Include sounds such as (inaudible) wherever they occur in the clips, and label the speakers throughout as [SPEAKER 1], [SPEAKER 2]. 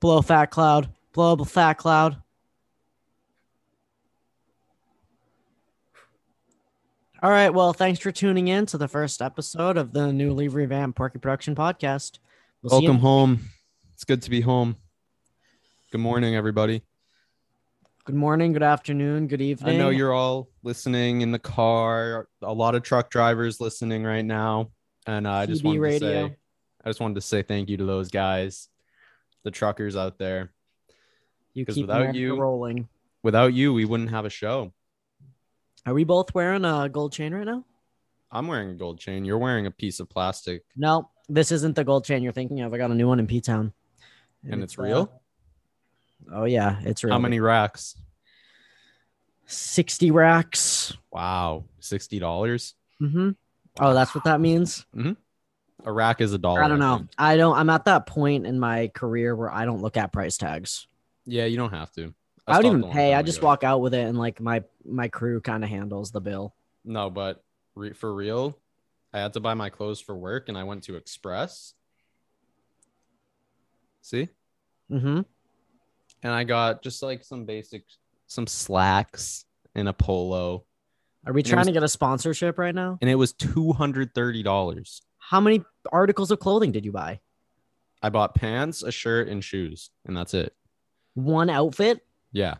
[SPEAKER 1] Blow fat cloud. Blow up a fat cloud. All right. Well, thanks for tuning in to the first episode of the newly revamped Porky Production Podcast. We'll see you-
[SPEAKER 2] Welcome home. It's good to be home. Good morning, everybody.
[SPEAKER 1] Good morning. Good afternoon. Good evening.
[SPEAKER 2] I know you're all listening in the car. A lot of truck drivers listening right now, and uh, I just
[SPEAKER 1] CB
[SPEAKER 2] wanted
[SPEAKER 1] radio.
[SPEAKER 2] to say, I just wanted to say thank you to those guys, the truckers out there.
[SPEAKER 1] You
[SPEAKER 2] 'cause
[SPEAKER 1] keep
[SPEAKER 2] without
[SPEAKER 1] America
[SPEAKER 2] you-
[SPEAKER 1] rolling.
[SPEAKER 2] Without you, we wouldn't have a show.
[SPEAKER 1] Are we both wearing a gold chain right now?
[SPEAKER 2] I'm wearing a gold chain. You're wearing a piece of plastic,
[SPEAKER 1] No, this isn't the gold chain you're thinking of. I got a new one in P Town.
[SPEAKER 2] and it's real.
[SPEAKER 1] oh yeah, it's real.
[SPEAKER 2] How many racks?
[SPEAKER 1] Sixty racks.
[SPEAKER 2] Wow, sixty dollars.
[SPEAKER 1] Mm-hmm. Oh, that's what that means.
[SPEAKER 2] A rack is a dollar.
[SPEAKER 1] I don't know.
[SPEAKER 2] think.
[SPEAKER 1] I don't. I'm at that point in my career where I don't look at price tags.
[SPEAKER 2] Yeah, you don't have to.
[SPEAKER 1] I, don't
[SPEAKER 2] stopped a
[SPEAKER 1] even
[SPEAKER 2] long
[SPEAKER 1] pay.
[SPEAKER 2] time
[SPEAKER 1] I just
[SPEAKER 2] ago.
[SPEAKER 1] walk out with it, and like my my crew kind of handles the bill.
[SPEAKER 2] No, but re- for real, I had to buy my clothes for work and I went to Express. See?
[SPEAKER 1] Mm-hmm.
[SPEAKER 2] And I got just like some basic, some slacks and a polo.
[SPEAKER 1] Are we
[SPEAKER 2] And it
[SPEAKER 1] trying
[SPEAKER 2] was-
[SPEAKER 1] to get a sponsorship right now?
[SPEAKER 2] And it was $230.
[SPEAKER 1] How many articles of clothing did you buy?
[SPEAKER 2] I bought pants, a shirt, and shoes. And that's it.
[SPEAKER 1] One outfit.
[SPEAKER 2] Yeah.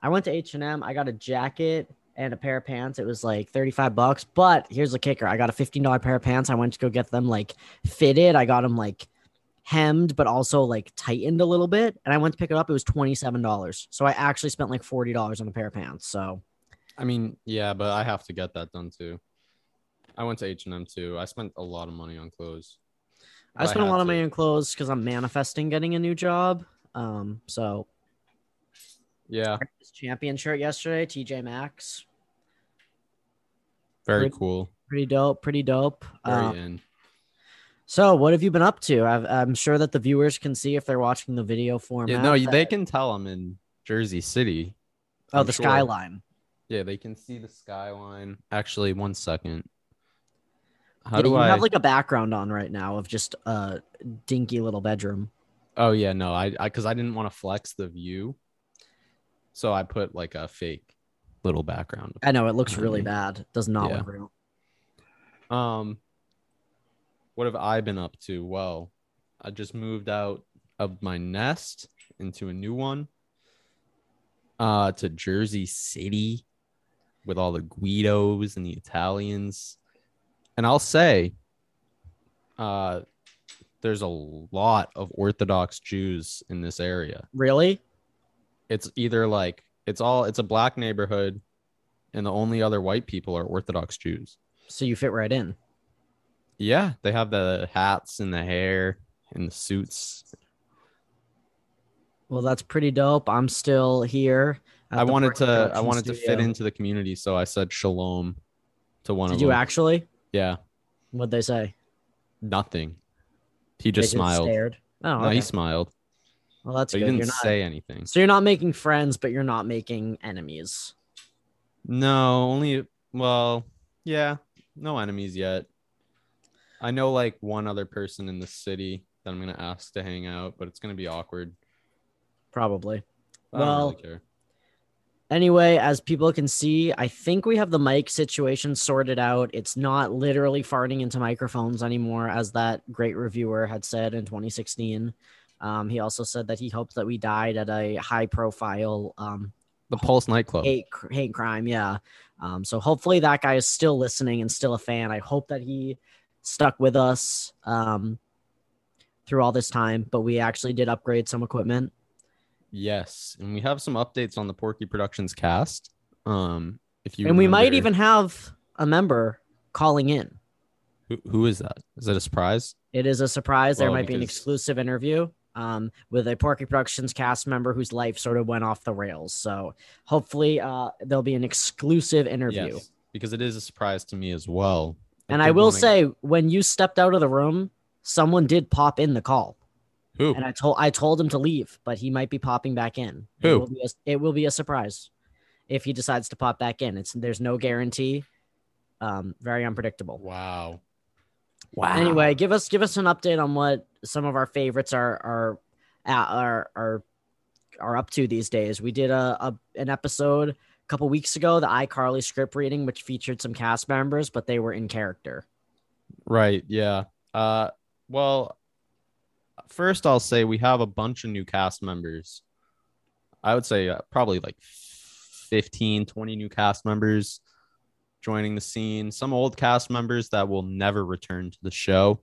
[SPEAKER 1] I went to H and M. I got a jacket and a pair of pants. It was like thirty five bucks. But here's the kicker: I got a fifteen dollar pair of pants. I went to go get them like fitted. I got them like hemmed, but also like tightened a little bit. And I went to pick it up. It was twenty seven dollars. So I actually spent like forty dollars on a pair of pants. So
[SPEAKER 2] I mean, yeah, but I have to get that done too. I went to H&M too. I spent a lot of money on clothes.
[SPEAKER 1] I
[SPEAKER 2] I
[SPEAKER 1] spent a
[SPEAKER 2] had
[SPEAKER 1] lot of
[SPEAKER 2] to.
[SPEAKER 1] money on clothes because I'm manifesting getting a new job. Um, so
[SPEAKER 2] Yeah.
[SPEAKER 1] I got this champion shirt yesterday, TJ Maxx,
[SPEAKER 2] Very
[SPEAKER 1] Pretty-
[SPEAKER 2] cool.
[SPEAKER 1] pretty dope, pretty dope.
[SPEAKER 2] Very
[SPEAKER 1] Um,
[SPEAKER 2] in.
[SPEAKER 1] So, what have you been up to? I've, I'm sure that the viewers can see if they're watching the video format.
[SPEAKER 2] Yeah, no,
[SPEAKER 1] that-
[SPEAKER 2] they can tell I'm in Jersey City.
[SPEAKER 1] oh,
[SPEAKER 2] I'm
[SPEAKER 1] the
[SPEAKER 2] sure.
[SPEAKER 1] skyline.
[SPEAKER 2] Yeah, they can see the skyline. Actually, one second. How
[SPEAKER 1] Yeah,
[SPEAKER 2] do
[SPEAKER 1] you
[SPEAKER 2] I?
[SPEAKER 1] have like a background on right now of just a dinky little bedroom?
[SPEAKER 2] oh yeah, no, I because I, didn't want to flex the view, so I put like a fake little background.
[SPEAKER 1] I know it looks really
[SPEAKER 2] Mhm.
[SPEAKER 1] bad. It does not
[SPEAKER 2] Yeah.
[SPEAKER 1] look real.
[SPEAKER 2] Um, what have I been up to? Well, I just moved out of my nest into a new one. Uh, to Jersey City, with all the Guidos and the Italians, and I'll say, uh, there's a lot of Orthodox Jews in this area
[SPEAKER 1] Really?
[SPEAKER 2] it's either like it's all it's a black neighborhood and the only other white people are orthodox jews
[SPEAKER 1] So you fit right in.
[SPEAKER 2] yeah they have the hats and the hair and the suits
[SPEAKER 1] Well, that's pretty dope. I'm still here. at
[SPEAKER 2] i
[SPEAKER 1] the
[SPEAKER 2] wanted
[SPEAKER 1] Parker
[SPEAKER 2] to i
[SPEAKER 1] Production
[SPEAKER 2] wanted to fit
[SPEAKER 1] Studio.
[SPEAKER 2] into the community so i said shalom to one of
[SPEAKER 1] Did you
[SPEAKER 2] them
[SPEAKER 1] actually?
[SPEAKER 2] yeah
[SPEAKER 1] What'd they say?
[SPEAKER 2] nothing he
[SPEAKER 1] They
[SPEAKER 2] just smiled
[SPEAKER 1] Stared. Oh,
[SPEAKER 2] no,
[SPEAKER 1] okay.
[SPEAKER 2] he smiled
[SPEAKER 1] well, that's
[SPEAKER 2] but
[SPEAKER 1] good.
[SPEAKER 2] he
[SPEAKER 1] You're
[SPEAKER 2] didn't
[SPEAKER 1] not-
[SPEAKER 2] say anything
[SPEAKER 1] so you're not making friends, but you're not making enemies.
[SPEAKER 2] no only well yeah no enemies yet i know like one other person in the city that i'm gonna ask to hang out but it's gonna be awkward
[SPEAKER 1] Probably.
[SPEAKER 2] I don't
[SPEAKER 1] Well,
[SPEAKER 2] really care.
[SPEAKER 1] Anyway, as people can see, I think we have the mic situation sorted out. It's not literally farting into microphones anymore, as that great reviewer had said in 2016. Um, he also said that he hoped that we died at a high profile um,
[SPEAKER 2] the Pulse nightclub.
[SPEAKER 1] hate, cr- hate crime. Yeah. Um, so hopefully that guy is still listening and still a fan. I hope that he stuck with us um, through all this time, but we actually did upgrade some equipment.
[SPEAKER 2] Yes, and we have some updates on the Porky Productions cast. Um, if you
[SPEAKER 1] and we might
[SPEAKER 2] remember-
[SPEAKER 1] even have a member calling in.
[SPEAKER 2] who, who is that? Is that a surprise?
[SPEAKER 1] It is a surprise. there
[SPEAKER 2] Well,
[SPEAKER 1] might be an
[SPEAKER 2] because-
[SPEAKER 1] exclusive interview um, with a Porky Productions cast member whose life sort of went off the rails. So hopefully uh, there'll be an exclusive interview.
[SPEAKER 2] Yes, because it is a surprise to me as well.
[SPEAKER 1] and I
[SPEAKER 2] did
[SPEAKER 1] will
[SPEAKER 2] wanna-
[SPEAKER 1] say, when you stepped out of the room, someone did pop in the call,
[SPEAKER 2] who
[SPEAKER 1] and I told I told him to leave, but he might be popping back in. It
[SPEAKER 2] Who?
[SPEAKER 1] will be a, it will be a surprise if he decides to pop back in. It's there's no guarantee. Um, very unpredictable.
[SPEAKER 2] wow,
[SPEAKER 1] Anyway, give us give us an update on what some of our favorites are are uh, are are are up to these days. We did a, a an episode a couple weeks ago, the iCarly script reading, which featured some cast members, but they were in character.
[SPEAKER 2] Right. Yeah. Uh, well, first I'll say we have a bunch of new cast members. I would say uh, probably like 15, 20 new cast members joining the scene. Some old cast members that will never return to the show.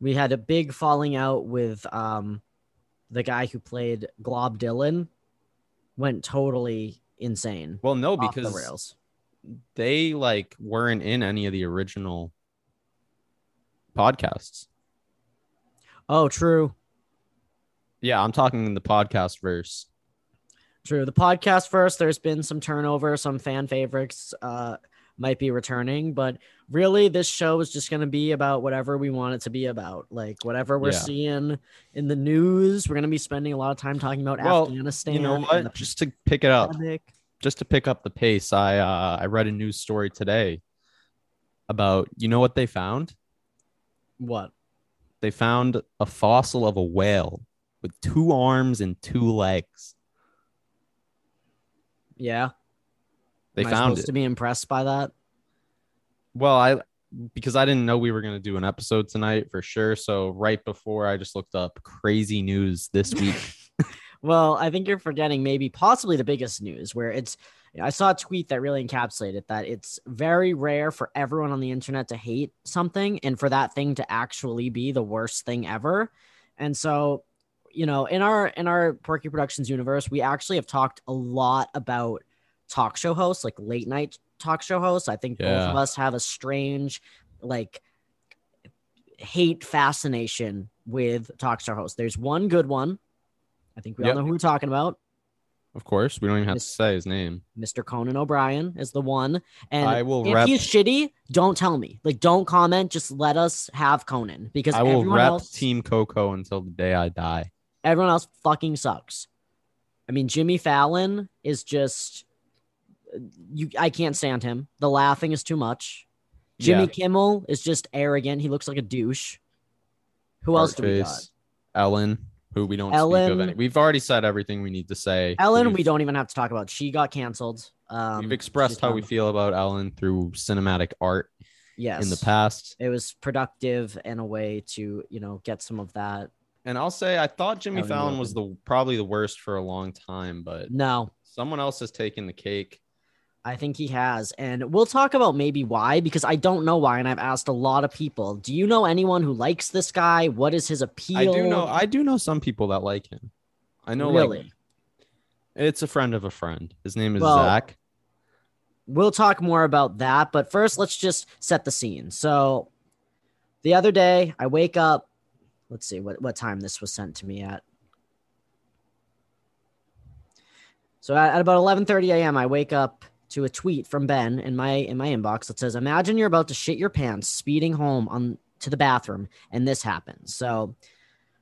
[SPEAKER 1] We had a big falling out with um, the guy who played Glob Dylan, went totally insane.
[SPEAKER 2] Well, no,
[SPEAKER 1] off the
[SPEAKER 2] Oh, because
[SPEAKER 1] rails.
[SPEAKER 2] they like weren't in any of the original podcasts.
[SPEAKER 1] Oh, true.
[SPEAKER 2] Yeah, I'm talking in the podcast verse.
[SPEAKER 1] True. The podcast first, there's been some turnover, some fan favorites uh, might be returning, but really this show is just going to be about whatever we want it to be about. Like whatever we're
[SPEAKER 2] Yeah.
[SPEAKER 1] seeing in the news, we're going to be spending a lot of time talking about
[SPEAKER 2] Well,
[SPEAKER 1] Afghanistan.
[SPEAKER 2] you know
[SPEAKER 1] and
[SPEAKER 2] what? Oh.
[SPEAKER 1] the
[SPEAKER 2] Just to pick it up,
[SPEAKER 1] pandemic.
[SPEAKER 2] just to pick up the pace, I uh, I read a news story today about you know what they found?
[SPEAKER 1] What?
[SPEAKER 2] They found a fossil of a whale with two arms and two legs.
[SPEAKER 1] Yeah.
[SPEAKER 2] They
[SPEAKER 1] Am I
[SPEAKER 2] found
[SPEAKER 1] supposed
[SPEAKER 2] it.
[SPEAKER 1] to be impressed by that.
[SPEAKER 2] Well, I because I didn't know we were gonna do an episode tonight for sure. So right before I just looked up crazy news this week.
[SPEAKER 1] Well, I think you're forgetting maybe possibly the biggest news where it's I saw a tweet that really encapsulated that it's very rare for everyone on the internet to hate something and for that thing to actually be the worst thing ever. And so, you know, in our in our Porky Productions universe, we actually have talked a lot about talk show hosts, like late night talk show hosts. I think both of
[SPEAKER 2] Yeah.
[SPEAKER 1] us have a strange like hate fascination with talk show hosts. There's one good one. I think we
[SPEAKER 2] Yep.
[SPEAKER 1] all know who we're talking about.
[SPEAKER 2] of course, we don't even have to
[SPEAKER 1] Mis-
[SPEAKER 2] say his name.
[SPEAKER 1] Mr. Conan O'Brien is the one. And
[SPEAKER 2] I will
[SPEAKER 1] if
[SPEAKER 2] rep
[SPEAKER 1] he's shitty, don't tell me. Like, don't comment. Just let us have Conan because
[SPEAKER 2] I will
[SPEAKER 1] everyone
[SPEAKER 2] rep
[SPEAKER 1] else,
[SPEAKER 2] Team Coco until the day I die.
[SPEAKER 1] everyone else fucking sucks. I mean, Jimmy Fallon is just you. I can't stand him. The laughing is too much. Jimmy
[SPEAKER 2] Yeah.
[SPEAKER 1] Kimmel is just arrogant. He looks like a douche. Who else do we got?
[SPEAKER 2] Artface, Ellen, who we don't speak
[SPEAKER 1] Ellen-
[SPEAKER 2] of. Any. We've already said everything we need to say.
[SPEAKER 1] Ellen,
[SPEAKER 2] We've-
[SPEAKER 1] we don't even have to talk about. She got canceled. Um,
[SPEAKER 2] We've expressed
[SPEAKER 1] she's
[SPEAKER 2] how
[SPEAKER 1] done.
[SPEAKER 2] we feel about Ellen through cinematic art
[SPEAKER 1] Yes.
[SPEAKER 2] in the past.
[SPEAKER 1] it was productive and a way to you know get some of that
[SPEAKER 2] And I'll say I thought Jimmy
[SPEAKER 1] Ellen
[SPEAKER 2] Fallon was the probably the worst for a long time, but
[SPEAKER 1] no
[SPEAKER 2] someone else has taken the cake.
[SPEAKER 1] i think he has and we'll talk about maybe why because i don't know why and i've asked a lot of people do you know anyone who likes this guy what is his appeal
[SPEAKER 2] I do know I do know some people that like him. I know
[SPEAKER 1] really
[SPEAKER 2] like it's a friend of a friend. His name is
[SPEAKER 1] Well,
[SPEAKER 2] Zach.
[SPEAKER 1] we'll talk more about that but first let's just set the scene so the other day i wake up let's see what, what time this was sent to me at so at, at about 11.30 a.m i wake up to a tweet from ben in my in my inbox that says imagine you're about to shit your pants speeding home on to the bathroom and this happens so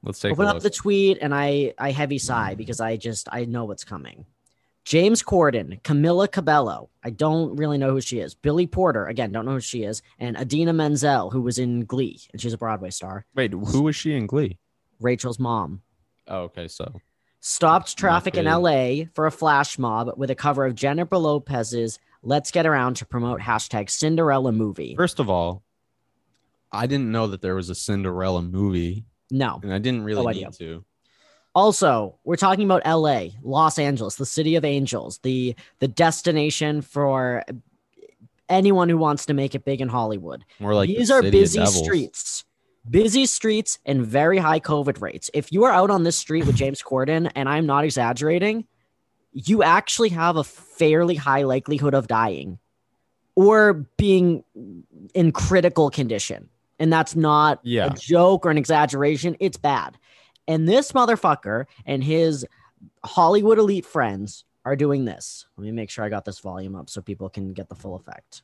[SPEAKER 2] Let's take a
[SPEAKER 1] open
[SPEAKER 2] look.
[SPEAKER 1] up the tweet and I I heavy sigh because I just I know what's coming. James Corden, Camilla Cabello. I don't really know who she is. Billy Porter, again, don't know who she is, and Adina Menzel, who was in Glee, and she's a Broadway star.
[SPEAKER 2] Wait, who was she in Glee?
[SPEAKER 1] Rachel's mom
[SPEAKER 2] Oh, okay, so
[SPEAKER 1] stopped traffic in
[SPEAKER 2] good.
[SPEAKER 1] LA for a flash mob with a cover of Jennifer Lopez's "Let's Get Around" to promote hashtag Cinderella movie.
[SPEAKER 2] first of all, I didn't know that there was a Cinderella movie,
[SPEAKER 1] No,
[SPEAKER 2] and I didn't really
[SPEAKER 1] No
[SPEAKER 2] need
[SPEAKER 1] idea.
[SPEAKER 2] to.
[SPEAKER 1] Also, we're talking about LA, Los Angeles, the city of angels, the the destination for anyone who wants to make it big in Hollywood.
[SPEAKER 2] More like the
[SPEAKER 1] These are
[SPEAKER 2] City of
[SPEAKER 1] busy
[SPEAKER 2] Devils.
[SPEAKER 1] streets. Busy streets and very high COVID rates. If you are out on this street with James Corden, and I'm not exaggerating, you actually have a fairly high likelihood of dying or being in critical condition. And that's not
[SPEAKER 2] Yeah.
[SPEAKER 1] a joke or an exaggeration. It's bad. And this motherfucker and his Hollywood elite friends are doing this. Let me make sure I got this volume up so people can get the full effect.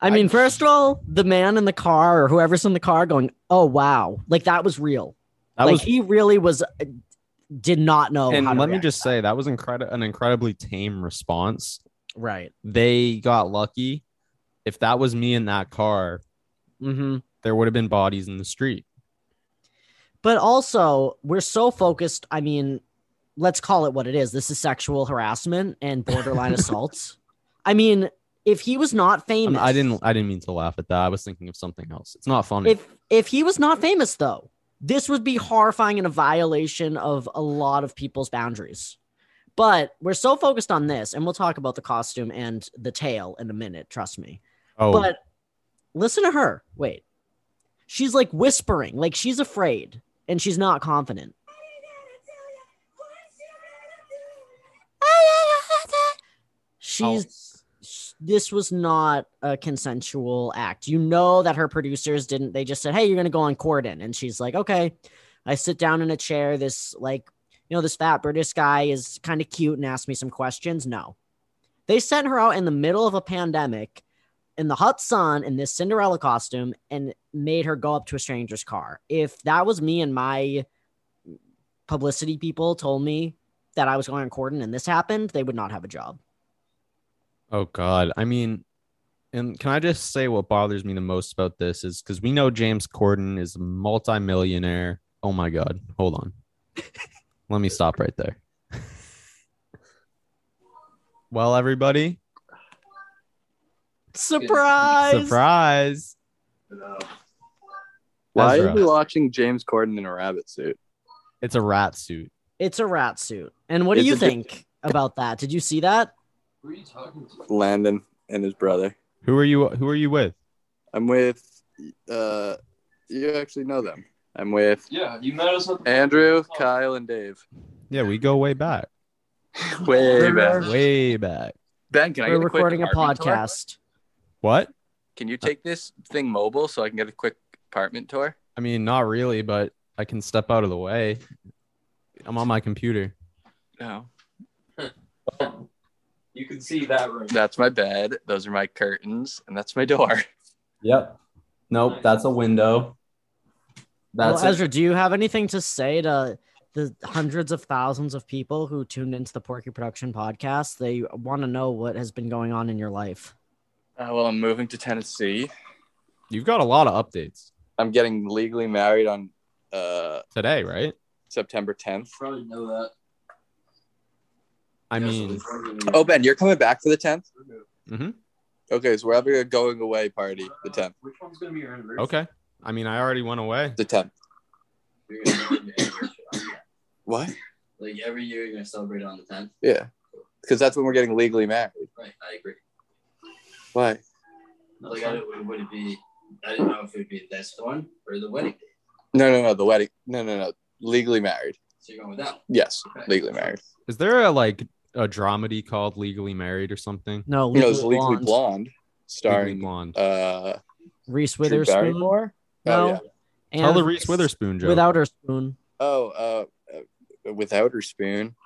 [SPEAKER 1] I mean, first of all, the man in the car or whoever's in the car going, "Oh wow," like that was real.
[SPEAKER 2] That
[SPEAKER 1] like
[SPEAKER 2] was
[SPEAKER 1] he really was, uh, did not know.
[SPEAKER 2] and
[SPEAKER 1] how to
[SPEAKER 2] let me
[SPEAKER 1] react.
[SPEAKER 2] just say that was incredible an incredibly tame response.
[SPEAKER 1] right.
[SPEAKER 2] They got lucky. If that was me in that car,
[SPEAKER 1] Mm-hmm.
[SPEAKER 2] there would have been bodies in the street.
[SPEAKER 1] But also, we're so focused. I mean, let's call it what it is. This is sexual harassment and
[SPEAKER 2] (laughs)
[SPEAKER 1] borderline assaults. I mean, if he was not
[SPEAKER 2] I mean,
[SPEAKER 1] famous,
[SPEAKER 2] I didn't I didn't mean to laugh at that. I was thinking of something else. It's not funny.
[SPEAKER 1] If if he was not famous, though, this would be horrifying and a violation of a lot of people's boundaries. But we're so focused on this, and we'll talk about the costume and the tail in a minute. Trust me.
[SPEAKER 2] oh,
[SPEAKER 1] But listen to her. Wait. She's like whispering, like she's afraid and she's not confident.
[SPEAKER 2] Oh.
[SPEAKER 1] She's s- this was not a consensual act. You know that her producers didn't. They just said, "Hey, you're gonna go on Corden," and she's like, "Okay." I sit down in a chair. This like, you know, this fat British guy is kind of cute and asked me some questions. No, they sent her out in the middle of a pandemic, in the hot sun, in this Cinderella costume, and made her go up to a stranger's car. If that was me and my publicity people told me that I was going on Corden and this happened, they would not have a job.
[SPEAKER 2] Oh God. I mean, and can I just say what bothers me the most about this is because we know James Corden is a multimillionaire. Oh my God. Hold on. Let me stop right there. well, everybody,
[SPEAKER 1] Surprise!
[SPEAKER 2] surprise.
[SPEAKER 3] uh,
[SPEAKER 4] Why
[SPEAKER 2] Ezra.
[SPEAKER 4] are we watching James Corden in a rabbit suit?
[SPEAKER 2] It's a rat suit.
[SPEAKER 1] It's a rat suit. And what do
[SPEAKER 4] It's
[SPEAKER 1] you
[SPEAKER 4] a diff-
[SPEAKER 1] think about that? Did you see that?
[SPEAKER 4] Landon and his brother.
[SPEAKER 2] Who are you? Who are you with?
[SPEAKER 4] I'm with. Uh, you actually know them. I'm with
[SPEAKER 3] Yeah, you met us at the
[SPEAKER 4] Andrew, Kyle, and Dave.
[SPEAKER 2] Yeah, we go way back.
[SPEAKER 4] (laughs) Way back.
[SPEAKER 2] Way back.
[SPEAKER 4] Ben, can I
[SPEAKER 1] We're
[SPEAKER 4] get a quick
[SPEAKER 1] recording a
[SPEAKER 4] apartment tour?
[SPEAKER 1] podcast.
[SPEAKER 2] What?
[SPEAKER 4] Can you take this thing mobile so I can get a quick apartment tour?
[SPEAKER 2] I mean, not really, but I can step out of the way. I'm on my computer.
[SPEAKER 4] No.
[SPEAKER 3] You can see that room.
[SPEAKER 4] That's my bed. Those are my curtains, and that's my door. (laughs)
[SPEAKER 2] Yep. Nope. That's a window. That's
[SPEAKER 1] well, Ezra, do you have anything to say to the hundreds of thousands of people who tuned into the Porky Production podcast? They want to know what has been going on in your life.
[SPEAKER 4] Uh, well, I'm moving to Tennessee.
[SPEAKER 2] You've got a lot of updates
[SPEAKER 4] I'm getting legally married on uh,
[SPEAKER 2] today, right?
[SPEAKER 4] September 10th.
[SPEAKER 3] probably know that.
[SPEAKER 2] I mean,
[SPEAKER 4] Oh, Ben, you're coming back for the 10th?
[SPEAKER 2] Mhm.
[SPEAKER 4] Okay, so we're having a going away party the 10th.
[SPEAKER 3] Uh, Which one's gonna be your anniversary?
[SPEAKER 2] okay. I mean, I already went away.
[SPEAKER 4] The 10th.
[SPEAKER 3] You're gonna do it on your
[SPEAKER 4] (laughs)
[SPEAKER 3] anniversary.
[SPEAKER 4] What?
[SPEAKER 3] Like every year, you're gonna celebrate on the 10th.
[SPEAKER 4] Yeah. Because that's when we're getting legally married.
[SPEAKER 3] Right, I agree.
[SPEAKER 4] Why?
[SPEAKER 3] Like, I don't, would it be? I didn't know if it would be this one or the wedding. day.
[SPEAKER 4] No, no, no. The wedding. No, no, no. Legally married.
[SPEAKER 3] So you're going with that. one.
[SPEAKER 4] Yes.
[SPEAKER 3] Okay.
[SPEAKER 4] Legally married.
[SPEAKER 2] Is there a like a dramedy called Legally Married or something?
[SPEAKER 1] No,
[SPEAKER 4] You know,
[SPEAKER 1] Legally
[SPEAKER 4] it's Legally
[SPEAKER 1] Blonde,
[SPEAKER 4] Blonde,
[SPEAKER 2] Legally
[SPEAKER 4] starring
[SPEAKER 2] Blonde.
[SPEAKER 4] uh,
[SPEAKER 1] Reese
[SPEAKER 4] Drew
[SPEAKER 1] Witherspoon.
[SPEAKER 4] Barrymore.
[SPEAKER 1] No,
[SPEAKER 4] Oh, yeah.
[SPEAKER 1] and
[SPEAKER 2] Tell the Reese Witherspoon joke.
[SPEAKER 1] without her spoon.
[SPEAKER 4] Oh, uh, uh, without her spoon.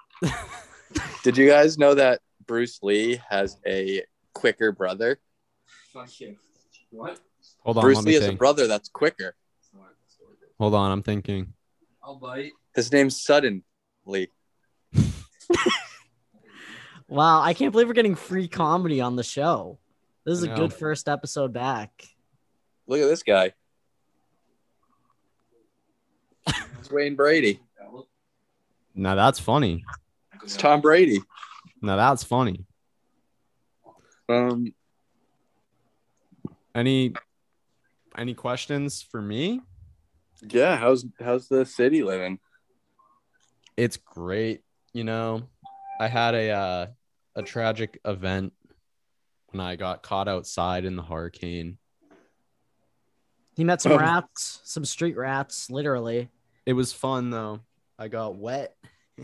[SPEAKER 4] (laughs) Did you guys know that Bruce Lee has a quicker brother?
[SPEAKER 3] Fuck you. What?
[SPEAKER 2] Hold on,
[SPEAKER 4] Bruce
[SPEAKER 2] let
[SPEAKER 4] Lee
[SPEAKER 2] me
[SPEAKER 4] has a
[SPEAKER 2] think.
[SPEAKER 4] brother that's quicker.
[SPEAKER 2] Hold on, I'm thinking.
[SPEAKER 3] I'll bite.
[SPEAKER 4] His name's Sudden Lee.
[SPEAKER 1] Wow, I can't believe we're getting free comedy on the show. This is
[SPEAKER 2] I
[SPEAKER 1] a
[SPEAKER 2] know.
[SPEAKER 1] good first episode back.
[SPEAKER 4] Look at this guy. It's Wayne Brady.
[SPEAKER 2] Now that's funny.
[SPEAKER 4] It's Tom Brady.
[SPEAKER 2] Now that's funny.
[SPEAKER 4] Um,
[SPEAKER 2] Any any questions for me?
[SPEAKER 4] yeah. How's how's the city living?
[SPEAKER 2] It's great. You know, I had a uh, a tragic event when I got caught outside in the hurricane.
[SPEAKER 1] He met some
[SPEAKER 4] Oh.
[SPEAKER 1] rats, some street rats, literally.
[SPEAKER 2] It was fun though. I got wet. (laughs) a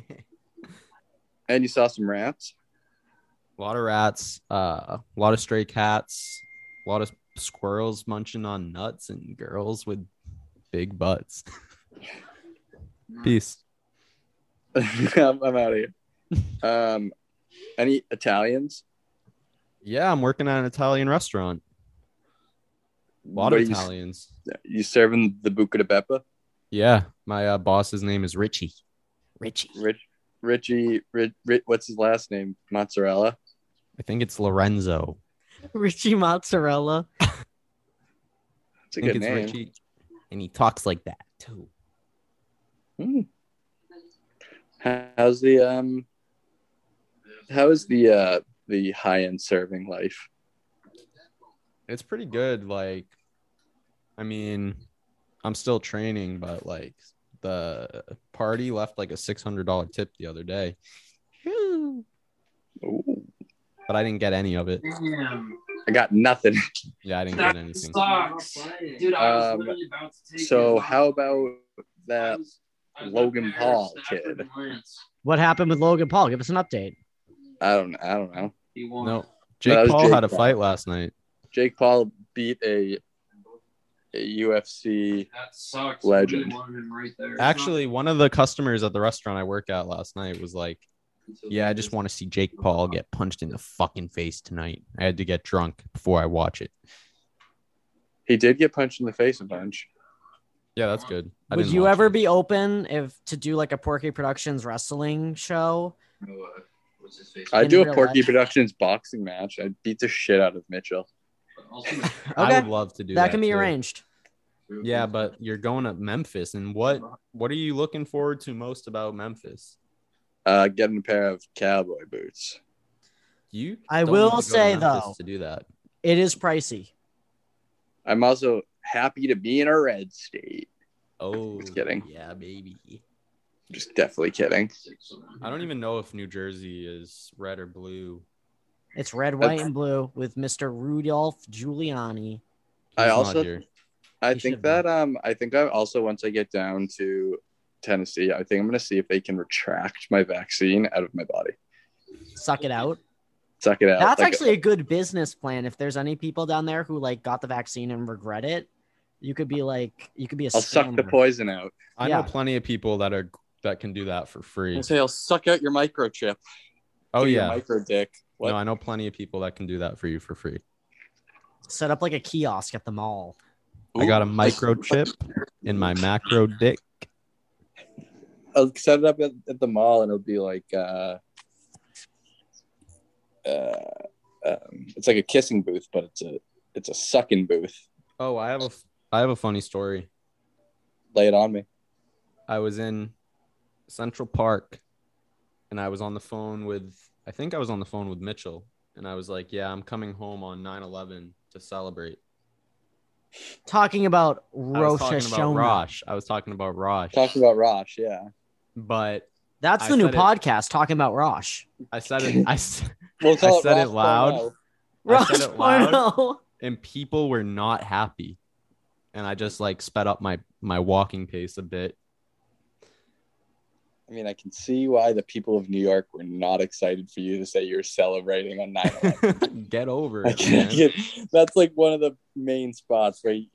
[SPEAKER 4] And you saw some rats.
[SPEAKER 2] lot of rats, uh, a lot of stray cats, a lot of squirrels munching on nuts and girls with big butts. (laughs) Peace.
[SPEAKER 4] (laughs) I'm, I'm out of here. Um, any Italians?
[SPEAKER 2] Yeah, I'm working at an Italian restaurant. A lot
[SPEAKER 4] What are
[SPEAKER 2] of
[SPEAKER 4] you-
[SPEAKER 2] Italians.
[SPEAKER 4] You serving the buca de beppa?
[SPEAKER 2] Yeah, my uh, boss's name is Richie.
[SPEAKER 1] Richie.
[SPEAKER 4] Rich, Richie, Rich, Rich, what's his last name? Mozzarella.
[SPEAKER 2] I think it's Lorenzo.
[SPEAKER 1] (laughs) Richie Mozzarella.
[SPEAKER 4] It's a
[SPEAKER 2] I think
[SPEAKER 4] good
[SPEAKER 2] it's
[SPEAKER 4] name.
[SPEAKER 2] Richie, and he talks like that too.
[SPEAKER 4] Hmm. How's the um? How is the uh the high end serving life?
[SPEAKER 2] It's pretty good. Like, I mean, I'm still training, but like the party left like a six hundred dollar tip the other day,
[SPEAKER 1] Whew.
[SPEAKER 4] Ooh,
[SPEAKER 2] but I didn't get any of it.
[SPEAKER 3] Damn.
[SPEAKER 4] I got nothing.
[SPEAKER 2] Yeah, I didn't get
[SPEAKER 3] That
[SPEAKER 2] anything.
[SPEAKER 3] sucks. Dude, I was
[SPEAKER 4] Um,
[SPEAKER 3] literally about to take
[SPEAKER 4] So
[SPEAKER 3] it.
[SPEAKER 4] how about
[SPEAKER 3] I
[SPEAKER 4] that?
[SPEAKER 3] was- I was
[SPEAKER 4] Logan
[SPEAKER 3] up there,
[SPEAKER 4] Paul
[SPEAKER 3] Stafford
[SPEAKER 4] kid?
[SPEAKER 3] and Lance.
[SPEAKER 1] What happened with Logan Paul? Give us an update.
[SPEAKER 4] I don't. I don't know.
[SPEAKER 3] He won.
[SPEAKER 2] No,
[SPEAKER 4] That
[SPEAKER 2] Jake
[SPEAKER 4] was
[SPEAKER 2] Paul
[SPEAKER 4] Jake
[SPEAKER 2] had a
[SPEAKER 4] Paul.
[SPEAKER 2] fight last night.
[SPEAKER 4] Jake Paul beat a, a UFC.
[SPEAKER 3] That sucks.
[SPEAKER 4] Legend.
[SPEAKER 3] We wanted him right there.
[SPEAKER 2] Actually, one of the customers at the restaurant I work at last night was like, "Yeah, I just want to see Jake Paul get punched in the fucking face tonight. I had to get drunk before I watch it."
[SPEAKER 4] He did get punched in the face a bunch.
[SPEAKER 2] Yeah, that's good. I
[SPEAKER 1] Would
[SPEAKER 2] didn't
[SPEAKER 1] you
[SPEAKER 2] watch
[SPEAKER 1] ever
[SPEAKER 2] it.
[SPEAKER 1] be open if to do like a Porky Productions wrestling show?
[SPEAKER 3] What's his face?
[SPEAKER 4] I
[SPEAKER 1] In
[SPEAKER 4] do a
[SPEAKER 1] real
[SPEAKER 4] Porky
[SPEAKER 1] life.
[SPEAKER 4] Productions boxing match. I beat the shit out of Mitchell.
[SPEAKER 3] Also-
[SPEAKER 2] I
[SPEAKER 1] Okay.
[SPEAKER 2] would love to do that.
[SPEAKER 1] That can be
[SPEAKER 2] too.
[SPEAKER 1] arranged.
[SPEAKER 2] Yeah, but you're going to Memphis, and what what are you looking forward to most about Memphis?
[SPEAKER 4] Uh, getting a pair of cowboy boots.
[SPEAKER 2] You,
[SPEAKER 1] I
[SPEAKER 2] don't
[SPEAKER 1] will
[SPEAKER 2] need to go to
[SPEAKER 1] say,
[SPEAKER 2] Memphis
[SPEAKER 1] though-
[SPEAKER 2] to do that.
[SPEAKER 1] It is pricey.
[SPEAKER 4] I'm also happy to be in a red state.
[SPEAKER 2] Oh,
[SPEAKER 4] Just kidding.
[SPEAKER 2] Yeah, baby.
[SPEAKER 4] Just definitely kidding.
[SPEAKER 2] I don't even know if New Jersey is red or blue.
[SPEAKER 1] It's red, white, and blue with Mr. Rudolph Giuliani.
[SPEAKER 4] I
[SPEAKER 2] He's not
[SPEAKER 4] also-
[SPEAKER 2] here.
[SPEAKER 4] I
[SPEAKER 1] You
[SPEAKER 4] think
[SPEAKER 1] should
[SPEAKER 4] that um I think I also once I get down to Tennessee, I think I'm gonna see if they can retract my vaccine out of my body.
[SPEAKER 1] Suck it out.
[SPEAKER 4] Suck it out.
[SPEAKER 1] That's
[SPEAKER 4] Like,
[SPEAKER 1] actually a good business plan. If there's any people down there who like got the vaccine and regret it, you could be like, you could be a.
[SPEAKER 4] I'll suck the
[SPEAKER 1] scammer.
[SPEAKER 4] poison out.
[SPEAKER 2] I
[SPEAKER 1] Yeah.
[SPEAKER 2] know plenty of people that are that can do that for free.
[SPEAKER 4] I'll suck out your microchip.
[SPEAKER 2] Oh yeah,
[SPEAKER 4] micro dick. What?
[SPEAKER 2] No, I know plenty of people that can do that for you for free.
[SPEAKER 1] Set up like a kiosk at the mall.
[SPEAKER 2] I got a
[SPEAKER 4] Ooh.
[SPEAKER 2] microchip in my macro dick.
[SPEAKER 4] I'll set it up at, at the mall and it'll be like uh, uh um, it's like a kissing booth, but it's a it's a sucking booth.
[SPEAKER 2] Oh, I have a I have a funny story.
[SPEAKER 4] Lay it on me.
[SPEAKER 2] I was in Central Park and I was on the phone with I think I was on the phone with Mitchell and I was like, "Yeah, I'm coming home on 9/11 to celebrate."
[SPEAKER 1] Talking about
[SPEAKER 2] I was
[SPEAKER 1] Rosh
[SPEAKER 2] talking about
[SPEAKER 1] Hashanah.
[SPEAKER 2] Rosh. I was talking about Rosh.
[SPEAKER 4] Talking about Rosh, yeah.
[SPEAKER 2] But
[SPEAKER 1] That's
[SPEAKER 2] I
[SPEAKER 1] the new
[SPEAKER 2] said it.
[SPEAKER 1] podcast. Talking about Rosh.
[SPEAKER 2] I said it I, s-
[SPEAKER 4] We'll
[SPEAKER 2] I said it
[SPEAKER 4] Rosh
[SPEAKER 2] loud.
[SPEAKER 4] 4.0.
[SPEAKER 2] I
[SPEAKER 1] Rosh
[SPEAKER 2] said it loud.
[SPEAKER 1] 2.0.
[SPEAKER 2] and people were not happy. And I just like sped up my my walking pace a bit. (laughs)
[SPEAKER 4] I mean, I can see why the people of New York were not excited for you to say you're celebrating on 9
[SPEAKER 2] (laughs)
[SPEAKER 4] 11.
[SPEAKER 2] Get over
[SPEAKER 4] I
[SPEAKER 2] it.
[SPEAKER 4] can't
[SPEAKER 2] man.
[SPEAKER 4] get, that's like one of the main spots where you,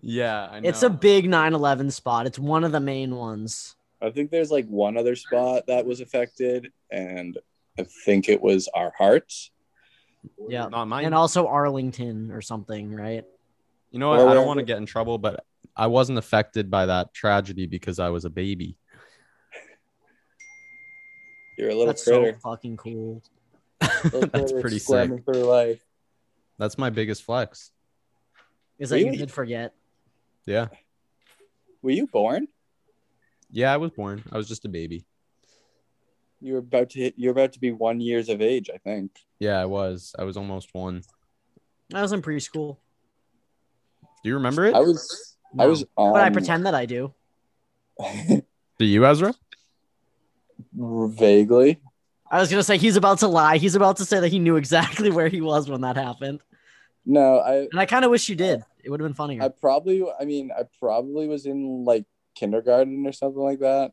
[SPEAKER 2] Yeah, I know.
[SPEAKER 1] It's a big 9/11 spot. It's one of the main ones.
[SPEAKER 4] I think there's like one other spot that was affected, and I think it was our hearts.
[SPEAKER 1] Yeah.
[SPEAKER 2] not mine.
[SPEAKER 1] And also Arlington or something, right?
[SPEAKER 2] You know what?
[SPEAKER 4] Or
[SPEAKER 2] I
[SPEAKER 4] wherever-
[SPEAKER 2] don't want to get in trouble, but I wasn't affected by that tragedy because I was a baby.
[SPEAKER 4] You're a little
[SPEAKER 1] That's so (laughs)
[SPEAKER 4] critter.
[SPEAKER 1] fucking cool.
[SPEAKER 4] Little
[SPEAKER 2] That's
[SPEAKER 4] critter
[SPEAKER 2] pretty
[SPEAKER 4] squirming through life.
[SPEAKER 2] That's my biggest flex.
[SPEAKER 1] Is that you
[SPEAKER 4] Really?
[SPEAKER 1] did forget?
[SPEAKER 2] Yeah.
[SPEAKER 4] Were you born?
[SPEAKER 2] Yeah, I was born. I was just a baby.
[SPEAKER 4] You were about to hit, you're about to be one years of age, I think.
[SPEAKER 2] Yeah, I was. I was almost one.
[SPEAKER 1] I was in preschool,
[SPEAKER 2] Do you remember it?
[SPEAKER 4] I was, I
[SPEAKER 1] No.
[SPEAKER 4] was on.
[SPEAKER 2] Um,
[SPEAKER 1] but I pretend that I do.
[SPEAKER 2] Do you, Ezra?
[SPEAKER 4] (laughs) vaguely.
[SPEAKER 1] I was gonna say he's about to lie. He's about to say that he knew exactly where he was when that happened,
[SPEAKER 4] No, I,
[SPEAKER 1] and I kind of wish you did. It would have been funnier.
[SPEAKER 4] I probably, I mean, I probably was in like kindergarten or something like that.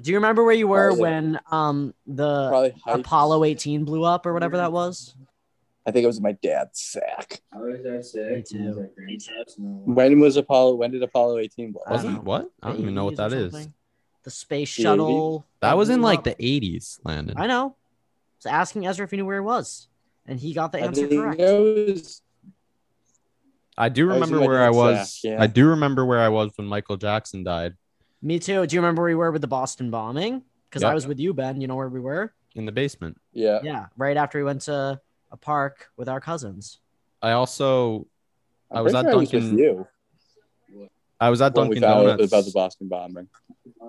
[SPEAKER 1] do you remember where you were
[SPEAKER 4] Probably.
[SPEAKER 1] when um the
[SPEAKER 4] Probably heights.
[SPEAKER 1] Apollo 18 blew up or whatever that was?
[SPEAKER 4] I think it was in my dad's sack.
[SPEAKER 3] I was at six.
[SPEAKER 1] Me too.
[SPEAKER 3] and I was at Granny's house, and I
[SPEAKER 4] When was Apollo? When did Apollo 18 blow?
[SPEAKER 1] I don't
[SPEAKER 2] Wasn't
[SPEAKER 1] know.
[SPEAKER 2] what? I don't even know what
[SPEAKER 1] The
[SPEAKER 2] that
[SPEAKER 1] 80s or
[SPEAKER 2] is.
[SPEAKER 1] something? The space
[SPEAKER 4] The 80s?
[SPEAKER 1] shuttle.
[SPEAKER 2] That was in
[SPEAKER 1] blew
[SPEAKER 2] like
[SPEAKER 1] up.
[SPEAKER 2] the 80s, Landon.
[SPEAKER 1] I know. So asking Ezra if he knew where he was, and he got the
[SPEAKER 4] I
[SPEAKER 1] answer
[SPEAKER 4] think
[SPEAKER 1] correct.
[SPEAKER 4] it was
[SPEAKER 2] I do
[SPEAKER 4] was in
[SPEAKER 2] remember
[SPEAKER 4] my
[SPEAKER 2] where I
[SPEAKER 4] dad's
[SPEAKER 2] was.
[SPEAKER 4] ass, yeah.
[SPEAKER 2] I do remember where I was when Michael Jackson died
[SPEAKER 1] Me too. Do you remember where we were with the Boston bombing? Because
[SPEAKER 2] Yeah.
[SPEAKER 1] I was with you, Ben. You know where we were?
[SPEAKER 2] in the basement.
[SPEAKER 4] Yeah.
[SPEAKER 1] Yeah, right after we went to a park with our cousins.
[SPEAKER 2] I also
[SPEAKER 4] I'm
[SPEAKER 2] I was at
[SPEAKER 4] pretty sure I with
[SPEAKER 2] Dunkin'
[SPEAKER 4] you
[SPEAKER 2] I was at
[SPEAKER 4] when we
[SPEAKER 2] Dunkin'
[SPEAKER 4] found out
[SPEAKER 2] Donuts.
[SPEAKER 4] about the Boston bombing.
[SPEAKER 3] I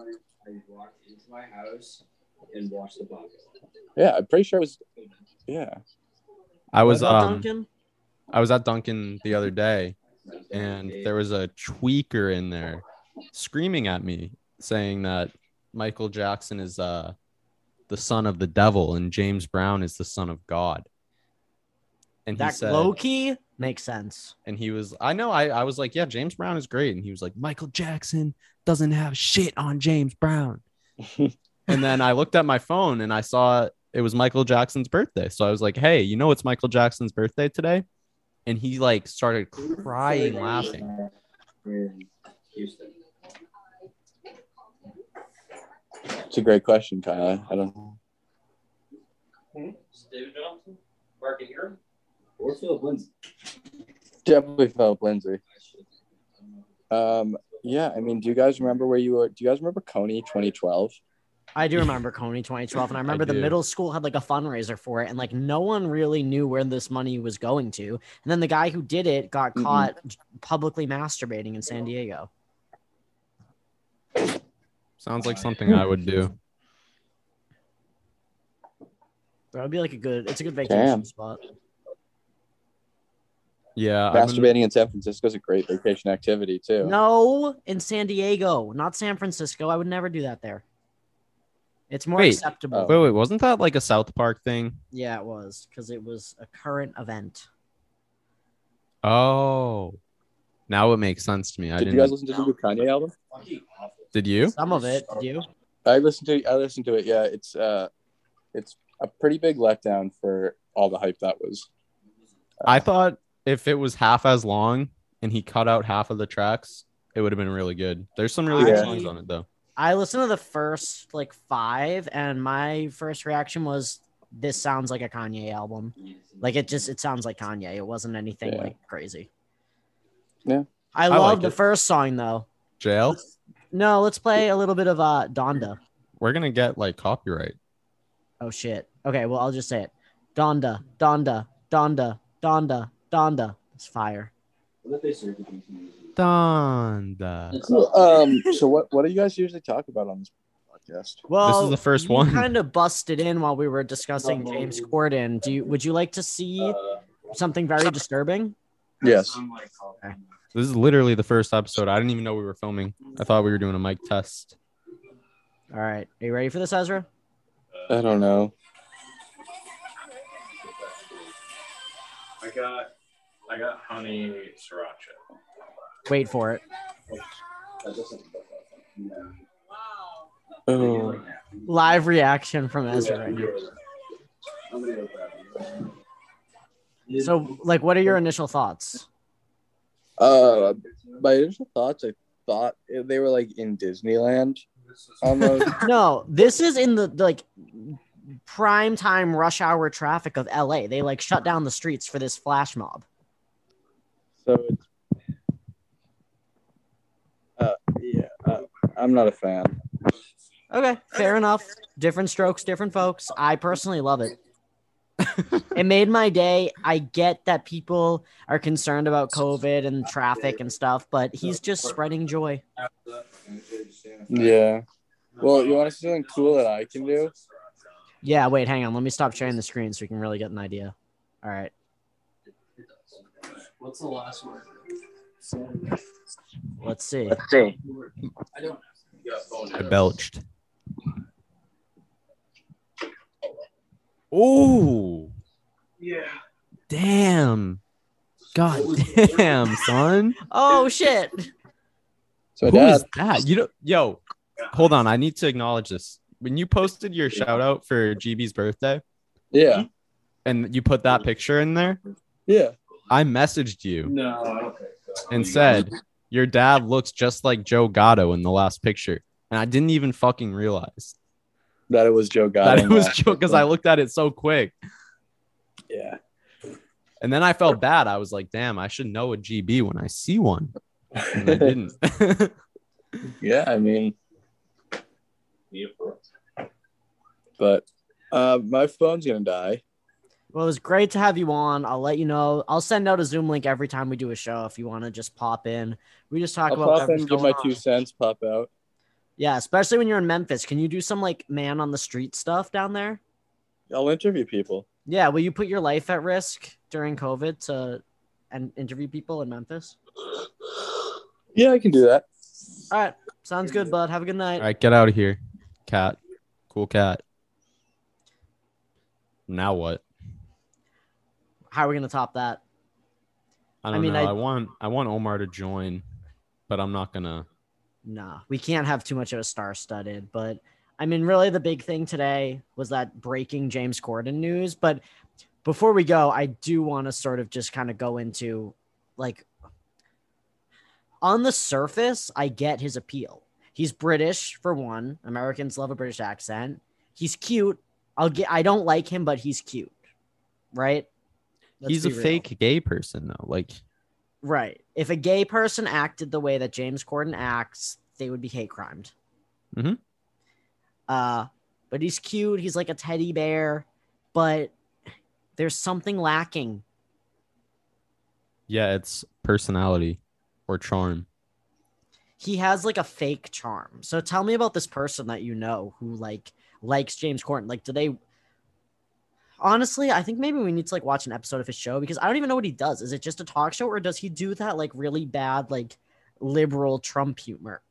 [SPEAKER 3] walked into my house and watched the box.
[SPEAKER 4] Yeah, I'm pretty sure it was. Yeah.
[SPEAKER 2] I was
[SPEAKER 1] What about
[SPEAKER 2] um
[SPEAKER 1] Duncan?
[SPEAKER 2] I was at Dunkin' the other day and there was a tweaker in there screaming at me saying that Michael Jackson is uh the son of the devil and James Brown is the son of God. And he
[SPEAKER 1] That
[SPEAKER 2] said,
[SPEAKER 1] low key makes sense.
[SPEAKER 2] and he was I know I, I was like, yeah, James Brown is great. And he was like, Michael Jackson doesn't have shit on
[SPEAKER 1] (laughs)
[SPEAKER 2] James Brown. and then I looked at my phone and I saw it was Michael Jackson's birthday. So I was like, hey, you know it's Michael Jackson's birthday today? And he like started crying laughing.
[SPEAKER 3] In Houston.
[SPEAKER 4] It's a great question, Kyle. I don't.
[SPEAKER 3] David Johnson, Mark Ingram, or Philip Lindsay.
[SPEAKER 4] Definitely Philip Lindsay. Um, yeah, I mean, do you guys remember where you were? Do you guys remember Coney 2012?
[SPEAKER 1] I do remember Coney 2012, and
[SPEAKER 2] (laughs)
[SPEAKER 1] I remember the
[SPEAKER 2] do.
[SPEAKER 1] middle school had like a fundraiser for it, and like no one really knew where this money was going to. And then the guy who did it got
[SPEAKER 4] Mhm.
[SPEAKER 1] caught publicly masturbating in San Diego.
[SPEAKER 2] Sounds like something I would do.
[SPEAKER 1] That would be like a good. It's a good vacation
[SPEAKER 4] Damn.
[SPEAKER 1] spot.
[SPEAKER 2] Yeah. I've been-
[SPEAKER 4] Masturbating in San Francisco is a great vacation activity too.
[SPEAKER 1] No, in San Diego, not San Francisco. I would never do that there. It's more
[SPEAKER 2] Wait.
[SPEAKER 1] acceptable.
[SPEAKER 4] Oh.
[SPEAKER 2] Wait, wait, wasn't that like a South Park thing?
[SPEAKER 1] Yeah, it was because it was a current event.
[SPEAKER 2] Oh. Now it makes sense to me. I
[SPEAKER 4] Did
[SPEAKER 2] didn't
[SPEAKER 4] you guys listen to the new Kanye album?
[SPEAKER 2] did you?
[SPEAKER 1] Some of it, did you?
[SPEAKER 4] I listened to. I listened to it. Yeah, it's uh, it's a pretty big letdown for all the hype that was.
[SPEAKER 2] I thought if it was half as long and he cut out half of the tracks, it would have been really good. There's some really
[SPEAKER 4] Yeah.
[SPEAKER 2] good songs on it though.
[SPEAKER 1] I listened to the first like five, and my first reaction was, "This sounds like a Kanye album." Like it just it sounds like Kanye. It wasn't anything
[SPEAKER 4] Yeah.
[SPEAKER 1] like crazy.
[SPEAKER 4] Yeah.
[SPEAKER 1] I
[SPEAKER 2] I
[SPEAKER 1] love
[SPEAKER 2] like
[SPEAKER 1] the
[SPEAKER 2] it.
[SPEAKER 1] first song though.
[SPEAKER 2] Jail,
[SPEAKER 1] No, let's play a little bit of uh Donda.
[SPEAKER 2] we're gonna get like copyright.
[SPEAKER 1] Oh shit. Okay, well I'll just say it. Donda, Donda, Donda, Donda, Donda. It's fire.
[SPEAKER 3] What if they serve the beef music?
[SPEAKER 2] Donda.
[SPEAKER 3] It's
[SPEAKER 4] Cool.
[SPEAKER 3] not-
[SPEAKER 4] Um, so what what do you guys usually talk about on this podcast?
[SPEAKER 1] Well,
[SPEAKER 2] the first
[SPEAKER 1] you
[SPEAKER 2] one.
[SPEAKER 1] Kind of busted in while we were discussing James Corden. Do you would you like to see
[SPEAKER 3] uh,
[SPEAKER 1] something very disturbing?
[SPEAKER 4] Yes. Uh,
[SPEAKER 3] some, like, call them.
[SPEAKER 2] This is literally the first episode. I didn't even know we were filming. I thought we were doing a mic test.
[SPEAKER 1] All right, are you ready for this, Ezra?
[SPEAKER 4] I don't know.
[SPEAKER 5] I got I got honey sriracha.
[SPEAKER 1] Wait for it.
[SPEAKER 3] That doesn't look like that. No.
[SPEAKER 4] Oh,
[SPEAKER 1] Live reaction from Ezra. right now.
[SPEAKER 3] I'm gonna go grab it.
[SPEAKER 1] So, like, what are your initial thoughts?
[SPEAKER 4] uh, my initial thoughts. I thought they were like in Disneyland. (laughs) Almost.
[SPEAKER 1] No, this is in the like prime time rush hour traffic of LA. They like shut down the streets for this flash mob.
[SPEAKER 4] So it's uh, yeah, uh, I'm not a fan.
[SPEAKER 1] Okay, fair enough. Different strokes, different folks. I personally love it. (laughs) it made my day. I get that people are concerned about COVID and traffic and stuff, but he's just spreading joy.
[SPEAKER 4] Yeah. Well, you want to see something cool that I can do?
[SPEAKER 1] Yeah, wait, hang on. Let me stop sharing the screen so we can really get an idea. All right.
[SPEAKER 3] What's the last word?
[SPEAKER 1] Let's see.
[SPEAKER 3] I don't.
[SPEAKER 2] I belched. Oh
[SPEAKER 5] Yeah.
[SPEAKER 2] damn. God damn, son.
[SPEAKER 1] Oh shit.
[SPEAKER 4] (laughs) So
[SPEAKER 2] Who
[SPEAKER 4] Dad,
[SPEAKER 2] is that? You know, yo, hold on. I need to acknowledge this. When you posted your shout out for GB's birthday
[SPEAKER 4] yeah,
[SPEAKER 2] and you put that picture in there,
[SPEAKER 4] yeah.
[SPEAKER 2] I messaged you
[SPEAKER 3] No, I don't think so.
[SPEAKER 2] and said, Your dad looks just like Joe Gatto in the last picture. And I didn't even fucking realize
[SPEAKER 4] That it was Joe Gotti.
[SPEAKER 2] that it was Joe because I looked at it so quick.
[SPEAKER 4] yeah.
[SPEAKER 2] And then I felt bad. I was like, damn, I should know a GB when I see one. And
[SPEAKER 4] (laughs)
[SPEAKER 2] I didn't.
[SPEAKER 4] yeah, I mean, but uh, my phone's gonna die.
[SPEAKER 1] Well, it was great to have you on. I'll let you know. I'll send out a Zoom link every time we do a show if you want to just pop in. We just talk
[SPEAKER 4] I'll
[SPEAKER 1] about
[SPEAKER 4] pop
[SPEAKER 1] whatever's
[SPEAKER 4] in, give
[SPEAKER 1] going
[SPEAKER 4] my
[SPEAKER 1] on.
[SPEAKER 4] two cents, pop out.
[SPEAKER 1] Yeah, especially when you're in Memphis. Can you do some like man on the street stuff down there?
[SPEAKER 4] I'll interview people.
[SPEAKER 1] Yeah, will you put your life at risk during COVID to and interview people in Memphis?
[SPEAKER 4] Yeah, I can do that.
[SPEAKER 1] All right, sounds good, bud. Have a good night.
[SPEAKER 2] All right, get out of here, cat. Cool cat. Now what?
[SPEAKER 1] How are we gonna top that?
[SPEAKER 2] I
[SPEAKER 1] I
[SPEAKER 2] don't
[SPEAKER 1] mean,
[SPEAKER 2] know.
[SPEAKER 1] I-
[SPEAKER 2] I... want I want Omar to join, but I'm not gonna.
[SPEAKER 1] Nah, we can't have too much of a star studded. But I mean, really, the big thing today was that breaking James Corden news. But before we go, I do want to sort of just kind of go into like on the surface, I get his appeal. He's British for one. Americans love a British accent. He's cute. I'll get. I don't like him, but he's cute, right? Let's
[SPEAKER 2] He's a
[SPEAKER 1] be real.
[SPEAKER 2] fake gay person though. Like
[SPEAKER 1] Right. If a gay person acted the way that James Corden acts, they would be hate crimed.
[SPEAKER 2] Mhm.
[SPEAKER 1] Uh, but he's cute. He's like a teddy bear, but there's something lacking.
[SPEAKER 2] Yeah, it's personality or charm.
[SPEAKER 1] He has like a fake charm. So tell me about this person that you know who like likes James Corden. Like, do they? Honestly, I think maybe we need to like watch an episode of his show because I don't even know what he does. Is it just a talk show or does he do that like really bad like liberal Trump humor?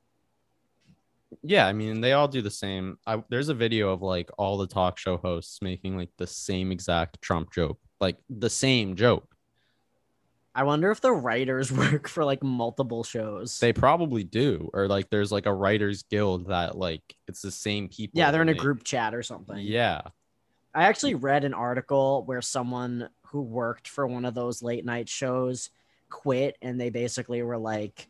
[SPEAKER 2] Yeah, I mean, they all do the same. I, there's a video of like all the talk show hosts making like the same exact Trump joke, like the same joke.
[SPEAKER 1] I wonder if the writers (laughs) work for like multiple shows.
[SPEAKER 2] They probably do, or like there's like a writers guild that like it's the same people.
[SPEAKER 1] yeah, they're in a
[SPEAKER 2] and they-
[SPEAKER 1] group chat or something.
[SPEAKER 2] Yeah,
[SPEAKER 1] I actually read an article where someone who worked for one of those late night shows quit and they basically were like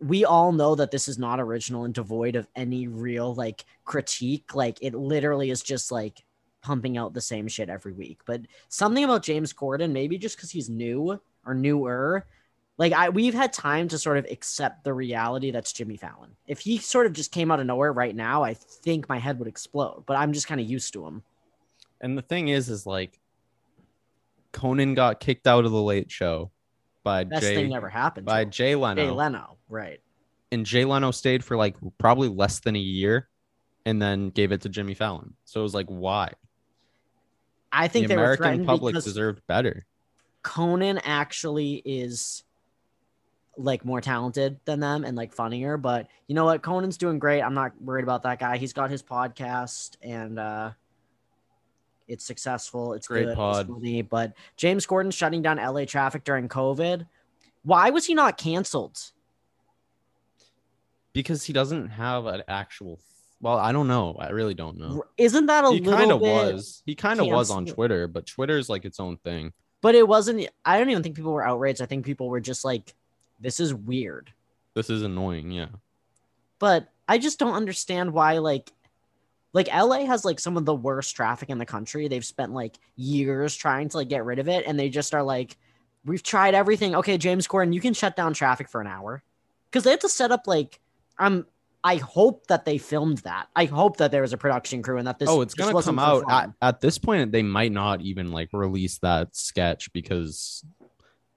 [SPEAKER 1] we all know that this is not original and devoid of any real like critique. Like it literally is just like pumping out the same shit every week. But something about James Corden, maybe just because he's new or newer, like I we've had time to sort of accept the reality that's Jimmy Fallon. If he sort of just came out of nowhere right now, I think my head would explode. But I'm just kind of used to him.
[SPEAKER 2] and the thing is, is like Conan got kicked out of the Late Show by
[SPEAKER 1] Best
[SPEAKER 2] Jay
[SPEAKER 1] thing ever happened. to
[SPEAKER 2] by
[SPEAKER 1] him.
[SPEAKER 2] Jay Leno.
[SPEAKER 1] Jay Leno, right?
[SPEAKER 2] and Jay Leno stayed for like probably less than a year, and then gave it to Jimmy Fallon. So it was like, why?
[SPEAKER 1] I think
[SPEAKER 2] the
[SPEAKER 1] they were
[SPEAKER 2] American
[SPEAKER 1] threatened
[SPEAKER 2] public
[SPEAKER 1] because
[SPEAKER 2] deserved better.
[SPEAKER 1] Conan actually is like more talented than them and like funnier. But you know what? Conan's doing great. I'm not worried about that guy. He's got his podcast and uh it's successful. It's
[SPEAKER 2] Great
[SPEAKER 1] good.
[SPEAKER 2] pod.
[SPEAKER 1] It's funny. But James Gordon shutting down LA traffic during COVID. Why was he not canceled?
[SPEAKER 2] Because he doesn't have an actual. Well, I don't know. I really don't know.
[SPEAKER 1] Isn't that a
[SPEAKER 2] He
[SPEAKER 1] little
[SPEAKER 2] kind of
[SPEAKER 1] bit?
[SPEAKER 2] was. He kind of was on
[SPEAKER 1] canceled.
[SPEAKER 2] Twitter, but Twitter's like its own thing.
[SPEAKER 1] But it wasn't. I don't even think people were outraged. I think people were just like, "This is weird."
[SPEAKER 2] This is annoying. Yeah.
[SPEAKER 1] but I just don't understand why like like LA has like some of the worst traffic in the country. They've spent like years trying to like get rid of it and they just are like we've tried everything. Okay, James Corden, you can shut down traffic for an hour. Cuz they had to set up like um I hope that they filmed that. I hope that there was a production crew and that this
[SPEAKER 2] oh, it's
[SPEAKER 1] just
[SPEAKER 2] gonna
[SPEAKER 1] wasn't
[SPEAKER 2] come
[SPEAKER 1] for
[SPEAKER 2] out at,
[SPEAKER 1] fun.
[SPEAKER 2] at this point. They might not even like release that sketch because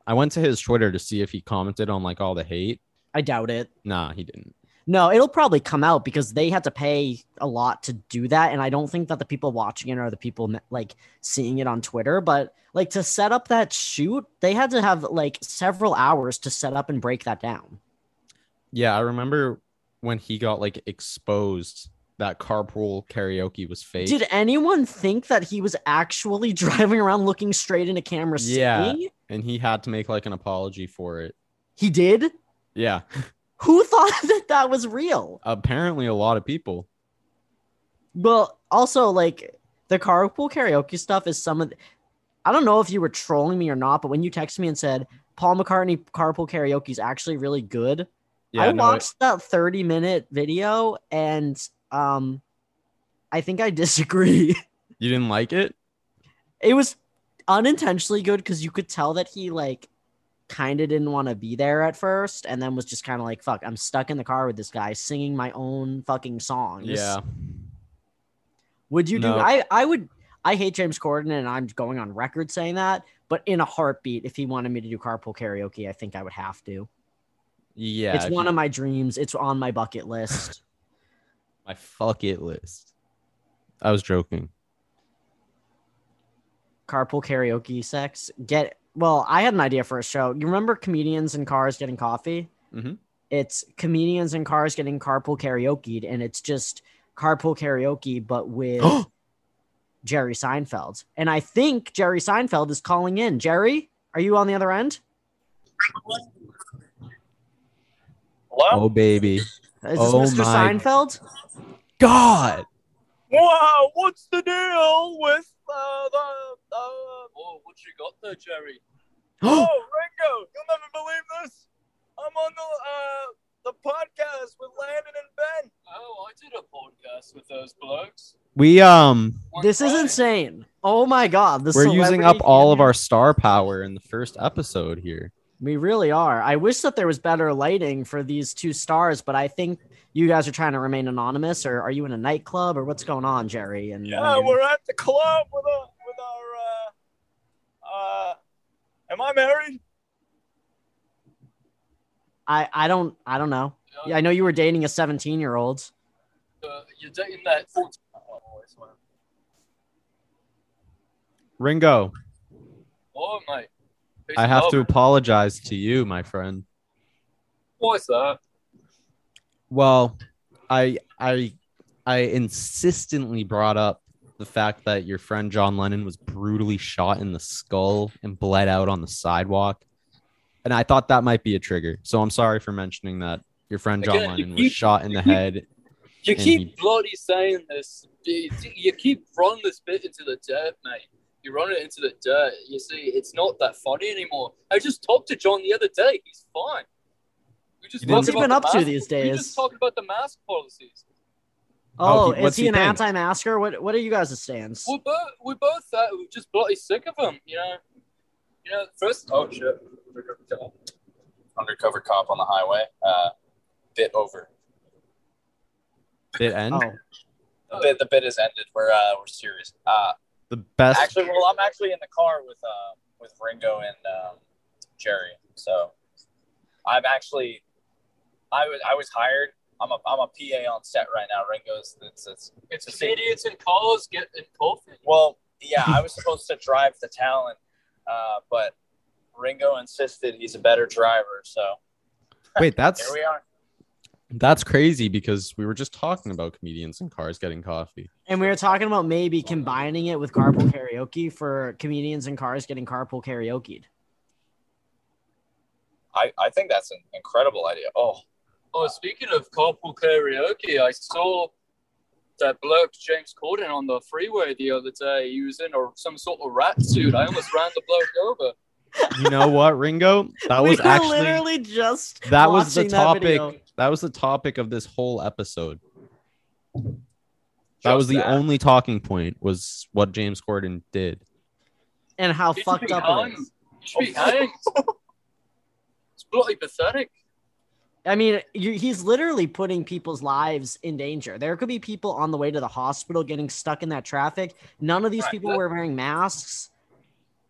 [SPEAKER 2] I went to his Twitter to see if he commented on like all the hate.
[SPEAKER 1] I doubt it.
[SPEAKER 2] Nah, he didn't.
[SPEAKER 1] No, it'll probably come out because they had to pay a lot to do that, and I don't think that the people watching it are the people like seeing it on Twitter. But like to set up that shoot, they had to have like several hours to set up and break that down.
[SPEAKER 2] Yeah, I remember when he got like exposed that carpool karaoke was fake.
[SPEAKER 1] Did anyone think that he was actually (laughs) driving around looking straight into camera?
[SPEAKER 2] Yeah.
[SPEAKER 1] singing?
[SPEAKER 2] and he had to make like an apology for it.
[SPEAKER 1] he did.
[SPEAKER 2] Yeah,
[SPEAKER 1] Who (laughs) thought that that was real?
[SPEAKER 2] apparently a lot of people.
[SPEAKER 1] Well, also like the carpool karaoke stuff is some of. th- I don't know if you were trolling me or not, but when you texted me and said Paul McCartney carpool karaoke is actually really good,
[SPEAKER 2] Yeah,
[SPEAKER 1] I
[SPEAKER 2] no, it-
[SPEAKER 1] watched that thirty minute video and um, I (laughs) think I disagree.
[SPEAKER 2] you didn't like it.
[SPEAKER 1] it was unintentionally good because you could tell that he like kind of didn't want to be there at first and then was just kind of like fuck i'm stuck in the car with this guy singing my own fucking songs
[SPEAKER 2] Yeah.
[SPEAKER 1] would you do
[SPEAKER 2] No.
[SPEAKER 1] i i would i hate james corden and i'm going on record saying that but in a heartbeat if he wanted me to do carpool karaoke i think i would have to
[SPEAKER 2] Yeah.
[SPEAKER 1] it's
[SPEAKER 2] if
[SPEAKER 1] one
[SPEAKER 2] you-
[SPEAKER 1] of my dreams it's on my bucket list
[SPEAKER 2] my fuck it list. I was joking.
[SPEAKER 1] carpool karaoke sex get well i had an idea for a show you remember comedians in cars getting coffee
[SPEAKER 2] Mhm.
[SPEAKER 1] it's comedians in cars getting carpool karaoke and it's just carpool karaoke but with
[SPEAKER 2] (gasps)
[SPEAKER 1] jerry seinfeld and i think jerry seinfeld is calling in jerry are you on the other end
[SPEAKER 6] Hello?
[SPEAKER 2] oh baby.
[SPEAKER 1] is this
[SPEAKER 2] Oh
[SPEAKER 1] mr
[SPEAKER 2] my-
[SPEAKER 1] seinfeld
[SPEAKER 2] God.
[SPEAKER 6] Wow, what's the deal with uh, the. Uh, oh, what you got there, Jerry? (gasps)
[SPEAKER 2] (gasps)
[SPEAKER 6] oh, Ringo, you'll never believe this. I'm on the uh, the podcast with Landon and Ben. Oh, I did a podcast with those blokes.
[SPEAKER 2] We um
[SPEAKER 1] this is insane oh my god this
[SPEAKER 2] we're using up all of our star power in the first episode here.
[SPEAKER 1] We really are. I wish that there was better lighting for these two stars, but I think you guys are trying to remain anonymous. Or are you in a nightclub, or what's going on, Jerry? And
[SPEAKER 6] Yeah, we're at the club with our with our. Uh, uh, am I married?
[SPEAKER 1] I, I don't I don't know. Yeah, I know you were dating a 17 year old.
[SPEAKER 6] Uh, you're dating that 14. Oh,
[SPEAKER 2] Ringo,
[SPEAKER 6] mate.
[SPEAKER 2] I have to apologize to you, my friend.
[SPEAKER 6] What's that?
[SPEAKER 2] Well, I I I insistently brought up the fact that your friend John Lennon was brutally shot in the skull and bled out on the sidewalk. And I thought that might be a trigger. So I'm sorry for mentioning that. Your friend John
[SPEAKER 6] Again, you
[SPEAKER 2] Lennon was
[SPEAKER 6] keep-
[SPEAKER 2] shot in the
[SPEAKER 6] you keep-
[SPEAKER 2] head.
[SPEAKER 6] You
[SPEAKER 2] And
[SPEAKER 6] keep
[SPEAKER 2] he-
[SPEAKER 6] bloody saying this. You you keep running this bit into the dirt, mate. You run it into the dirt. You see, it's not that funny anymore. I just talked to John the other day. He's fine. We just
[SPEAKER 2] You
[SPEAKER 1] What's he
[SPEAKER 6] talked about
[SPEAKER 1] been
[SPEAKER 6] the
[SPEAKER 1] up to
[SPEAKER 6] mask-
[SPEAKER 1] these
[SPEAKER 6] We
[SPEAKER 1] days?
[SPEAKER 6] just talked about the mask policies.
[SPEAKER 1] Oh,
[SPEAKER 2] How he-
[SPEAKER 1] is
[SPEAKER 2] what's
[SPEAKER 1] he
[SPEAKER 2] he
[SPEAKER 1] an
[SPEAKER 2] think?
[SPEAKER 1] anti-masker? What what are you guys' stance?
[SPEAKER 6] We're both we're both uh, we're just bloody sick of them. You know. You know. First.
[SPEAKER 3] Oh shit. Undercover cop on the highway. Uh, bit over.
[SPEAKER 2] Did it end?
[SPEAKER 1] Oh,
[SPEAKER 3] The bit, the bit has ended. We're uh, we're serious. Uh,
[SPEAKER 2] The best
[SPEAKER 3] actually, well, I'm actually in the car with uh, with Ringo and um, Jerry. So I'm actually I was I was hired. I'm a I'm a PA on set right now. Ringo's it's it's
[SPEAKER 6] It's just idiots in cars getting coffee.
[SPEAKER 3] Well, yeah, I was supposed to drive the talent, uh, but Ringo insisted he's a better driver. So
[SPEAKER 2] Wait,
[SPEAKER 3] here
[SPEAKER 2] that's
[SPEAKER 3] we are.
[SPEAKER 2] that's crazy because we were just talking about comedians in cars getting coffee.
[SPEAKER 1] and we were talking about maybe combining it with carpool karaoke for comedians in cars getting carpool karaoke.
[SPEAKER 3] I, I think that's an incredible idea. Oh,
[SPEAKER 6] Oh, speaking of carpool karaoke, I saw that bloke James Corden on the freeway the other day. He was in a, some sort of rat suit. I almost ran the bloke over.
[SPEAKER 2] You know what, Ringo? That
[SPEAKER 1] we
[SPEAKER 2] was
[SPEAKER 1] were
[SPEAKER 2] actually
[SPEAKER 1] literally just
[SPEAKER 2] that was the
[SPEAKER 1] watching that
[SPEAKER 2] topic.
[SPEAKER 1] video.
[SPEAKER 2] that was the topic of this whole episode. That
[SPEAKER 3] Just
[SPEAKER 2] was the
[SPEAKER 3] that.
[SPEAKER 2] only talking point was what James Corden did.
[SPEAKER 1] and how
[SPEAKER 6] He should
[SPEAKER 1] fucked
[SPEAKER 6] be
[SPEAKER 1] up
[SPEAKER 6] hung.
[SPEAKER 1] it is.
[SPEAKER 6] He should be hanged. It's bloody pathetic.
[SPEAKER 1] I mean, you, he's literally putting people's lives in danger. There could be people on the way to the hospital getting stuck in that traffic. None of these
[SPEAKER 6] Right,
[SPEAKER 1] people
[SPEAKER 6] that-
[SPEAKER 1] were wearing masks.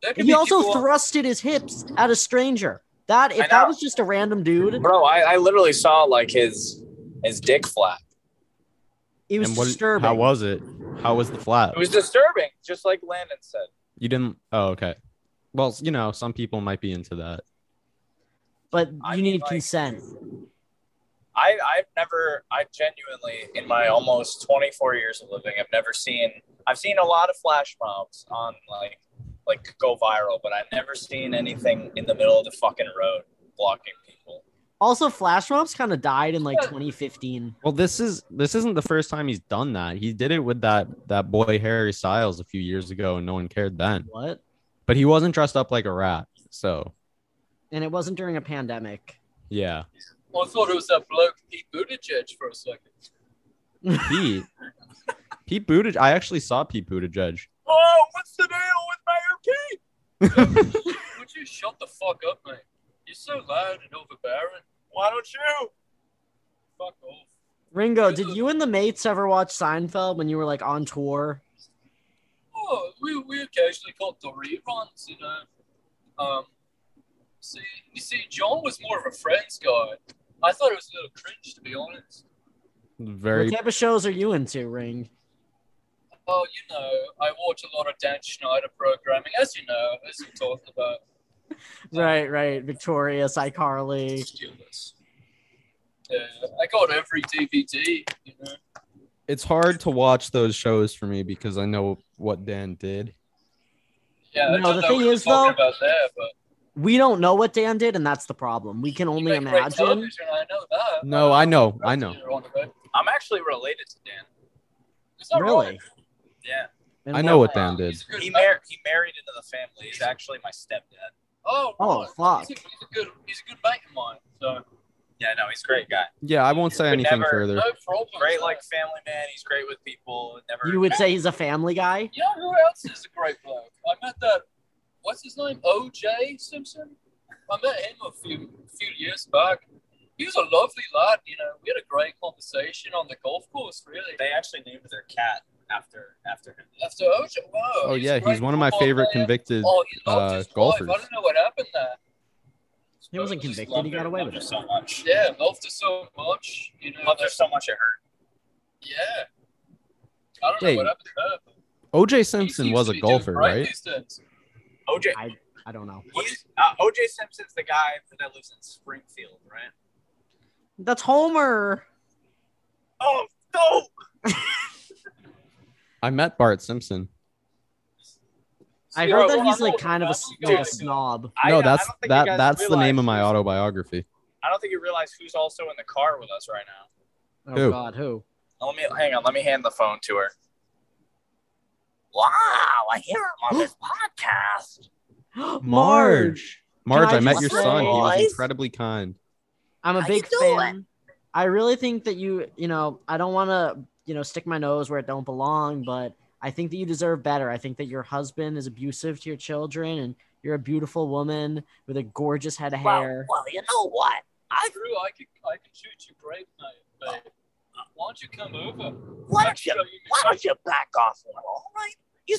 [SPEAKER 6] There could
[SPEAKER 1] He
[SPEAKER 6] be
[SPEAKER 1] also
[SPEAKER 6] people-
[SPEAKER 1] thrusted his hips at a stranger. That
[SPEAKER 3] I
[SPEAKER 1] if that
[SPEAKER 3] know.
[SPEAKER 1] was just a random dude,
[SPEAKER 3] bro, I, I literally saw like his his dick flap.
[SPEAKER 1] it was
[SPEAKER 2] And what-
[SPEAKER 1] disturbing.
[SPEAKER 2] How was it? How was the flap?
[SPEAKER 3] It was disturbing, just like Landon said.
[SPEAKER 2] you didn't. Oh, okay. Well, you know, some people might be into that.
[SPEAKER 1] but
[SPEAKER 3] I
[SPEAKER 1] you
[SPEAKER 3] mean,
[SPEAKER 1] need
[SPEAKER 3] like-
[SPEAKER 1] consent.
[SPEAKER 3] I, I've never, I genuinely, in my almost 24 years of living, I've never seen, I've seen a lot of flash mobs on like, like go viral, but I've never seen anything in the middle of the fucking road blocking people.
[SPEAKER 1] Also, flash mobs kind of died in like
[SPEAKER 6] Yeah.
[SPEAKER 1] 2015.
[SPEAKER 2] Well, this is this isn't the first time he's done that. He did it with that that boy Harry Styles a few years ago, and no one cared then.
[SPEAKER 1] What?
[SPEAKER 2] But he wasn't dressed up like a rat, so
[SPEAKER 1] And it wasn't during a pandemic.
[SPEAKER 2] yeah.
[SPEAKER 6] I thought it was that bloke Pete Buttigieg for a second.
[SPEAKER 2] Pete, Pete Buttigieg. I actually saw Pete Buttigieg.
[SPEAKER 6] Oh, what's the deal with Mayor Pete?
[SPEAKER 1] (laughs)
[SPEAKER 6] Would you shut the fuck up, mate? You're so loud and overbearing.
[SPEAKER 3] Why don't you?
[SPEAKER 6] Fuck off.
[SPEAKER 1] Ringo, did you and the mates ever watch Seinfeld when you were like on tour?
[SPEAKER 6] Oh, we, we occasionally caught the reruns, you know. Um, see, you see, John was more of a Friends guy. I thought it was a little cringe, to be honest.
[SPEAKER 2] Very
[SPEAKER 1] What type of shows are you into, Ring?
[SPEAKER 6] Oh, you know, I watch a lot of Dan Schneider programming, as you know, as you talked about.
[SPEAKER 1] Right, right. Victorious, iCarly.
[SPEAKER 6] Ridiculous. Yeah, I got every DVD, you know.
[SPEAKER 2] it's hard to watch those shows for me because I know what Dan did.
[SPEAKER 6] Yeah, I
[SPEAKER 1] No,
[SPEAKER 6] don't
[SPEAKER 1] the
[SPEAKER 6] know
[SPEAKER 1] thing
[SPEAKER 6] what you're
[SPEAKER 1] is,
[SPEAKER 6] talking
[SPEAKER 1] though,
[SPEAKER 6] about there, but
[SPEAKER 1] We don't know what Dan did, and that's the problem. We can
[SPEAKER 6] you
[SPEAKER 1] only
[SPEAKER 6] make great
[SPEAKER 1] imagine.
[SPEAKER 6] television, I know that. Uh,
[SPEAKER 2] No, I know, I know.
[SPEAKER 6] You're on about.
[SPEAKER 3] I'm actually related to Dan.
[SPEAKER 6] It's not wrong.
[SPEAKER 1] Really?
[SPEAKER 3] Yeah.
[SPEAKER 1] And
[SPEAKER 2] I know
[SPEAKER 1] what-
[SPEAKER 2] what Dan did.
[SPEAKER 6] He's a good
[SPEAKER 3] He,
[SPEAKER 6] man.
[SPEAKER 3] mar- he married into the family. He's actually my stepdad.
[SPEAKER 6] Oh,
[SPEAKER 1] Oh,
[SPEAKER 6] right.
[SPEAKER 1] fuck.
[SPEAKER 6] He's a, he's a good, he's a good mate of mine. So
[SPEAKER 3] Yeah, no, he's a great guy.
[SPEAKER 2] Yeah, I won't say
[SPEAKER 3] Could
[SPEAKER 2] anything
[SPEAKER 3] never-
[SPEAKER 2] further.
[SPEAKER 6] no problem.
[SPEAKER 3] Great, like family man. He's great with people. Never.
[SPEAKER 1] You would say he's a family guy?
[SPEAKER 6] you know who else is a great bloke? I met that. What's his name? O.J. Simpson. I met him a few few years back. He was a lovely lad. You know, we had a great conversation on the golf course. Really.
[SPEAKER 3] they actually named their cat after after him.
[SPEAKER 6] After O.J. Wow.
[SPEAKER 2] Oh
[SPEAKER 6] a
[SPEAKER 2] yeah, he's
[SPEAKER 6] great
[SPEAKER 2] one of my
[SPEAKER 6] football
[SPEAKER 2] favorite
[SPEAKER 6] player.
[SPEAKER 2] convicted.
[SPEAKER 6] Oh, he loved
[SPEAKER 2] uh,
[SPEAKER 6] his
[SPEAKER 2] golfers.
[SPEAKER 6] wife. I don't know what happened there.
[SPEAKER 1] He wasn't
[SPEAKER 3] Just
[SPEAKER 1] convicted.
[SPEAKER 3] loved
[SPEAKER 1] He
[SPEAKER 3] her,
[SPEAKER 1] got away
[SPEAKER 3] loved
[SPEAKER 1] with
[SPEAKER 3] her
[SPEAKER 1] it.
[SPEAKER 3] so much.
[SPEAKER 6] Yeah, loved her so much. You know.
[SPEAKER 3] Loved her so much it hurt.
[SPEAKER 6] Yeah. I don't
[SPEAKER 2] Hey,
[SPEAKER 6] know what happened there. but
[SPEAKER 2] OJ
[SPEAKER 6] he
[SPEAKER 2] Simpson
[SPEAKER 6] seems
[SPEAKER 2] was
[SPEAKER 6] to
[SPEAKER 2] a
[SPEAKER 6] be doing
[SPEAKER 2] golfer,
[SPEAKER 6] great
[SPEAKER 2] right?
[SPEAKER 6] these days.
[SPEAKER 3] OJ.
[SPEAKER 1] I don't know.
[SPEAKER 3] He's, uh, OJ Simpson's the guy that lives in Springfield, right?
[SPEAKER 1] That's Homer.
[SPEAKER 3] Oh no!
[SPEAKER 2] I met Bart Simpson.
[SPEAKER 1] I
[SPEAKER 6] Yeah,
[SPEAKER 1] heard
[SPEAKER 6] well,
[SPEAKER 1] that he's
[SPEAKER 6] I'm
[SPEAKER 1] like
[SPEAKER 6] older.
[SPEAKER 1] kind of a,
[SPEAKER 6] I'm
[SPEAKER 1] s-
[SPEAKER 6] older.
[SPEAKER 1] like a snob.
[SPEAKER 3] I- uh, I
[SPEAKER 2] no,
[SPEAKER 3] don't
[SPEAKER 2] that's
[SPEAKER 3] think you
[SPEAKER 2] that.
[SPEAKER 3] guys
[SPEAKER 2] That's the name
[SPEAKER 3] realize
[SPEAKER 2] of my
[SPEAKER 3] who's-
[SPEAKER 2] autobiography.
[SPEAKER 3] I don't think you realize who's also in the car with us right now.
[SPEAKER 1] Oh
[SPEAKER 2] Who?
[SPEAKER 1] God,
[SPEAKER 2] (gasps)
[SPEAKER 1] who?
[SPEAKER 3] Let me hang on. Let me hand the phone to her. Wow! I hear him on this podcast.
[SPEAKER 2] Marge. Marge,
[SPEAKER 1] Can I
[SPEAKER 2] I, met
[SPEAKER 1] just
[SPEAKER 2] your son. He was
[SPEAKER 1] say-
[SPEAKER 2] incredibly kind.
[SPEAKER 1] I'm a
[SPEAKER 3] How
[SPEAKER 1] big
[SPEAKER 3] you doing?
[SPEAKER 1] fan. I really think that you, you know, I don't want to, you know, stick my nose where it don't belong, but I think that you deserve better. I think that your husband is abusive to your children, and you're a beautiful woman with a gorgeous head of hair.
[SPEAKER 3] well, you know what? I
[SPEAKER 6] Drew, I can I can shoot you great, mate. mate. Why don't you come over?
[SPEAKER 3] why
[SPEAKER 6] I can show you me something.
[SPEAKER 3] you back off a little, all right? You.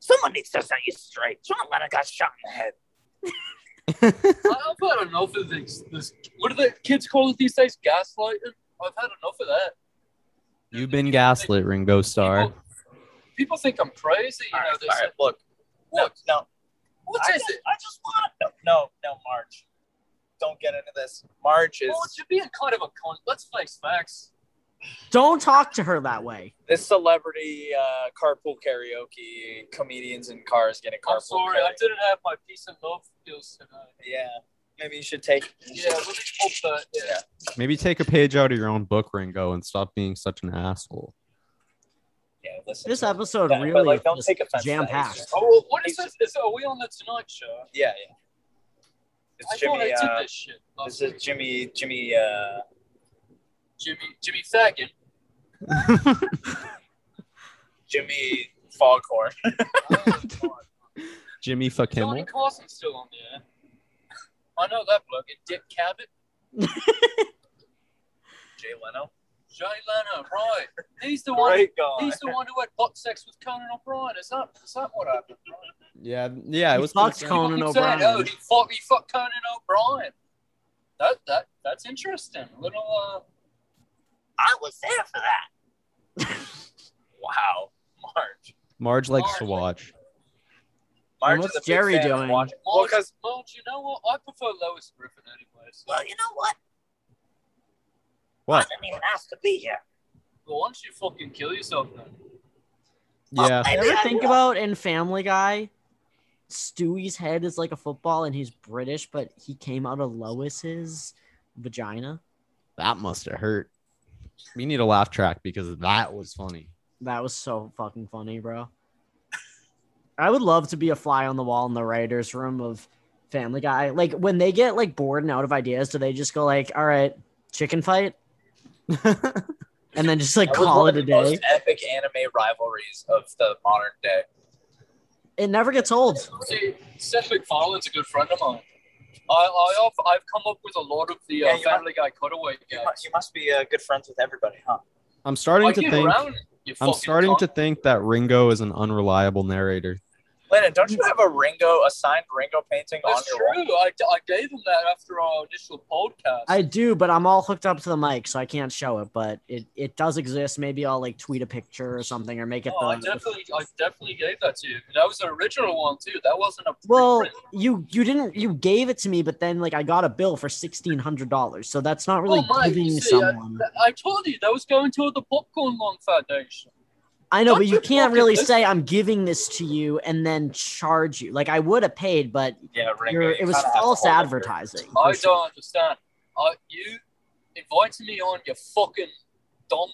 [SPEAKER 3] Someone needs to set you straight. John Lennon got shot in the head.
[SPEAKER 6] I- I've had enough of this. This what do the kids call it these days? Gaslighting. I've had enough of that.
[SPEAKER 2] You've been gaslit, Ringo Starr.
[SPEAKER 6] People, people think I'm crazy. You
[SPEAKER 3] All right,
[SPEAKER 6] know, they
[SPEAKER 3] all
[SPEAKER 6] say,
[SPEAKER 3] right, look.
[SPEAKER 6] What?
[SPEAKER 3] No,
[SPEAKER 6] What
[SPEAKER 3] I
[SPEAKER 6] is
[SPEAKER 3] just,
[SPEAKER 6] it?
[SPEAKER 3] I just want no, no, no, March. Don't get into this. March is
[SPEAKER 6] Well, you're being kind of a con. Let's face facts.
[SPEAKER 1] Don't talk to her that way.
[SPEAKER 3] this celebrity uh, carpool karaoke. Comedians in cars getting carpool.
[SPEAKER 6] I'm sorry, I
[SPEAKER 3] karaoke.
[SPEAKER 6] didn't have my peace and love skills tonight.
[SPEAKER 3] Yeah, maybe you should take.
[SPEAKER 6] Yeah,
[SPEAKER 3] (laughs)
[SPEAKER 6] let me hope that. Yeah.
[SPEAKER 2] Maybe take a page out of your own book, Ringo, and stop being such an asshole.
[SPEAKER 3] Yeah, listen.
[SPEAKER 1] This
[SPEAKER 3] to-
[SPEAKER 1] episode
[SPEAKER 3] Yeah, but,
[SPEAKER 1] really
[SPEAKER 3] like, don't
[SPEAKER 1] is
[SPEAKER 3] take offense to that. It's
[SPEAKER 1] jam-packed.
[SPEAKER 3] just-
[SPEAKER 6] Oh, well, what is this? Is are we on the Tonight Show?
[SPEAKER 3] yeah, yeah. It's
[SPEAKER 6] I
[SPEAKER 3] Jimmy.
[SPEAKER 6] thought I Oh,
[SPEAKER 3] Uh,
[SPEAKER 6] did this shit.
[SPEAKER 3] this is Jimmy. Jimmy. Uh,
[SPEAKER 6] Jimmy Jimmy Fagin.
[SPEAKER 3] Jimmy Foghorn. (laughs)
[SPEAKER 2] Jimmy fuck
[SPEAKER 6] Johnny
[SPEAKER 2] Kimmel.
[SPEAKER 6] Carson's still on the air. (laughs) I know that bloke. And Dick Cabot,
[SPEAKER 3] Jay Leno.
[SPEAKER 6] Jay Leno, right? He's the one.
[SPEAKER 3] Great guy.
[SPEAKER 6] He's the one who had butt sex with Conan O'Brien. Is that is that what happened? Right?
[SPEAKER 2] Yeah, yeah,
[SPEAKER 1] He
[SPEAKER 2] it was.
[SPEAKER 1] fucked
[SPEAKER 2] pretty-
[SPEAKER 1] Conan
[SPEAKER 6] He said, Oh,
[SPEAKER 1] O'Brien.
[SPEAKER 6] he fucked he fucked Conan O'Brien. That that that's interesting. A little. Uh,
[SPEAKER 3] I was there for that. wow, March.
[SPEAKER 2] Marge likes to watch.
[SPEAKER 1] And
[SPEAKER 3] March
[SPEAKER 1] what's
[SPEAKER 3] is a big
[SPEAKER 1] Jerry
[SPEAKER 3] fan of
[SPEAKER 1] doing?
[SPEAKER 3] watching- Well,
[SPEAKER 6] Marge,
[SPEAKER 3] because
[SPEAKER 6] Marge, you know what? I prefer Lois Griffin anyway. So
[SPEAKER 3] well, you know what?
[SPEAKER 2] What?
[SPEAKER 3] I didn't even ask to be here.
[SPEAKER 6] why don't you fucking kill yourself then?
[SPEAKER 2] Yeah,
[SPEAKER 1] You ever think about in Family Guy, Stewie's head is like a football, and he's British, but he came out of Lois's vagina.
[SPEAKER 2] that must have hurt. We need a laugh track because that was funny.
[SPEAKER 1] That was so fucking funny, bro. I would love to be a fly on the wall in the writers' room of Family Guy. Like when they get like bored and out of ideas, do they just go like, "All right, chicken fight," (laughs) and then just like
[SPEAKER 3] That was
[SPEAKER 1] call
[SPEAKER 3] one
[SPEAKER 1] it
[SPEAKER 3] of
[SPEAKER 1] a
[SPEAKER 3] the
[SPEAKER 1] day?
[SPEAKER 3] Most epic anime rivalries of the modern day.
[SPEAKER 1] It never gets old.
[SPEAKER 6] See, Seth MacFarlane's a good friend of mine. I, I have, I've come up with a lot of the uh,
[SPEAKER 3] Yeah, you might-
[SPEAKER 6] Family Guy cutaway
[SPEAKER 3] You
[SPEAKER 6] gags.
[SPEAKER 3] must, you must be uh, good friends with everybody, huh?
[SPEAKER 2] I'm starting
[SPEAKER 6] I
[SPEAKER 2] to
[SPEAKER 6] get
[SPEAKER 2] think.
[SPEAKER 6] around, you
[SPEAKER 2] I'm
[SPEAKER 6] fucking
[SPEAKER 2] starting
[SPEAKER 6] cunt.
[SPEAKER 2] to think that Ringo is an unreliable narrator.
[SPEAKER 3] Lennon, don't you have a Ringo, a signed Ringo painting on
[SPEAKER 6] That's
[SPEAKER 3] your
[SPEAKER 6] true.
[SPEAKER 3] wall?
[SPEAKER 6] I, I gave him that after our initial podcast.
[SPEAKER 1] I do, but I'm all hooked up to the mic, so I can't show it. But it, it does exist. Maybe I'll like tweet a picture or something, or make it
[SPEAKER 6] Oh, I
[SPEAKER 1] the.
[SPEAKER 6] definitely, I definitely gave that to you. That was the original one too. That wasn't a
[SPEAKER 1] Well,
[SPEAKER 6] preprint.
[SPEAKER 1] you you didn't you gave it to me, but then like I got a bill for sixteen hundred dollars, so that's not really
[SPEAKER 6] Oh, Mike,
[SPEAKER 1] giving
[SPEAKER 6] you see, I-
[SPEAKER 1] someone.
[SPEAKER 6] I told you that was going to the Popcorn Long Foundation.
[SPEAKER 1] I know,
[SPEAKER 6] Don't
[SPEAKER 1] but you
[SPEAKER 6] you
[SPEAKER 1] can't
[SPEAKER 6] fucking
[SPEAKER 1] really
[SPEAKER 6] listen.
[SPEAKER 1] say I'm giving this to you and then charge you. Like I would have paid, but
[SPEAKER 3] Yeah, Ringo.
[SPEAKER 1] you're,
[SPEAKER 3] you
[SPEAKER 1] it was
[SPEAKER 3] kinda have to
[SPEAKER 1] false
[SPEAKER 3] hold it.
[SPEAKER 1] advertising.
[SPEAKER 6] I
[SPEAKER 1] for sure.
[SPEAKER 6] Oh, don't understand. I, you invited me on your fucking dumb